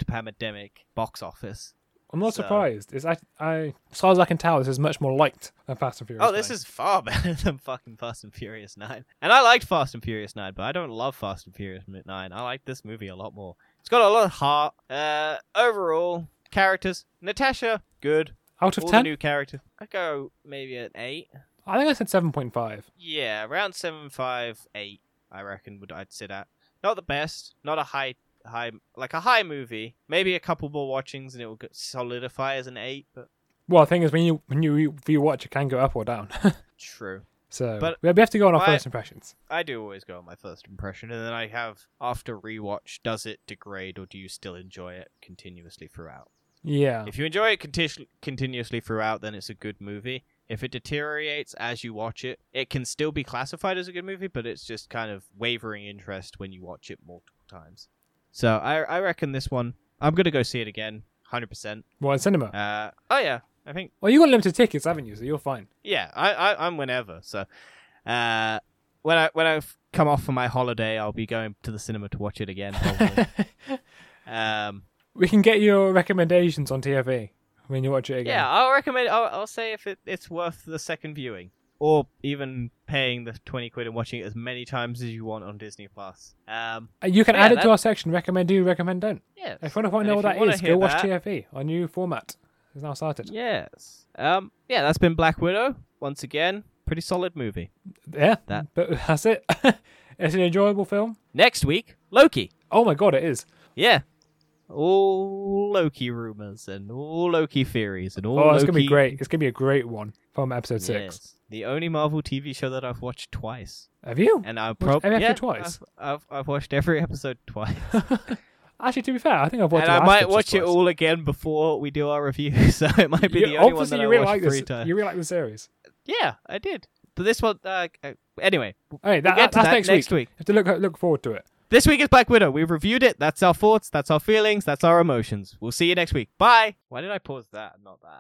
S1: post-pandemic box office.
S2: I'm not
S1: So-
S2: surprised. It's I, I, as far as I can tell, this is much more liked than Fast and Furious.
S1: oh, this
S2: nine.
S1: is far better than fucking Fast and Furious 9. And I liked Fast and Furious 9, but I don't love Fast and Furious 9. I like this movie a lot more. It's got a lot of heart. Uh, overall, characters. Natasha, good.
S2: out of
S1: All
S2: ten.
S1: the new characters. I go maybe an 8.
S2: I think I said seven point five.
S1: Yeah, around seven five eight, I reckon would I'd sit at. Not the best, not a high high like a high movie. Maybe a couple more watchings and it will get- solidify as an eight. But
S2: Well, the thing is, when you when you re- rewatch, it can go up or down.
S1: true,
S2: so
S1: But-
S2: we we have to go on our
S1: but-
S2: first impressions.
S1: I do always go on my first impression, and then I have after rewatch. Does it degrade, or do you still enjoy it continuously throughout?
S2: Yeah,
S1: If you enjoy it conti- continuously throughout, then it's a good movie. If it deteriorates as you watch it, it can still be classified as a good movie, but it's just kind of wavering interest when you watch it multiple times. So I, I reckon this one, I'm going to go see it again, 100%.
S2: well, in cinema.
S1: Uh, oh, yeah, I think,
S2: well, you got limited tickets, haven't you? So you're fine.
S1: yeah, I, I, I'm whenever. So uh, when, I, when I've come off for my holiday, I'll be going to the cinema to watch it again. Hopefully. um,
S2: we can get your recommendations on TFA when you watch it again.
S1: Yeah, I'll recommend. I'll, I'll say if it, it's worth the second viewing, or even paying the twenty quid and watching it as many times as you want on Disney Plus. Um,
S2: Uh, You can
S1: Yeah,
S2: add it
S1: that-
S2: to our section. Recommend do, recommend don't.
S1: yes.
S2: If you want to
S1: And
S2: know
S1: if
S2: what
S1: you
S2: that
S1: wanna
S2: is,
S1: hear
S2: go watch
S1: that-
S2: TFE. Our new format has now started.
S1: Yes. Um. Yeah, that's been Black Widow once again. Pretty solid movie.
S2: Yeah,
S1: That-
S2: but that's it. it's an enjoyable film.
S1: Next week, Loki.
S2: Oh my god, it is.
S1: Yeah. All Loki rumors and all Loki theories and all.
S2: oh, it's gonna be
S1: Loki-
S2: great. It's gonna be a great one from episode six.
S1: Yes. The only Marvel TV show that I've watched twice,
S2: Have you?
S1: and I've
S2: Watched
S1: probably
S2: every episode twice?
S1: I've, I've I've watched every episode twice.
S2: Actually, to be fair, I think I've watched.
S1: and
S2: the
S1: I
S2: last
S1: might
S2: episode
S1: watch it
S2: twice.
S1: all again before we do our review, so it might be
S2: You-
S1: the only one
S2: obviously,
S1: that
S2: you
S1: I
S2: really
S1: watched
S2: like
S1: three
S2: this.
S1: times.
S2: You really like the series.
S1: Yeah, I did. But this one, uh, uh, anyway,
S2: All right, that,
S1: get to
S2: that's
S1: that
S2: next,
S1: next
S2: week.
S1: week.
S2: You have to look look forward to it.
S1: this week is Black Widow. We've reviewed it. That's our thoughts. That's our feelings. That's our emotions. We'll see you next week. Bye. Why did I pause that? and Not that.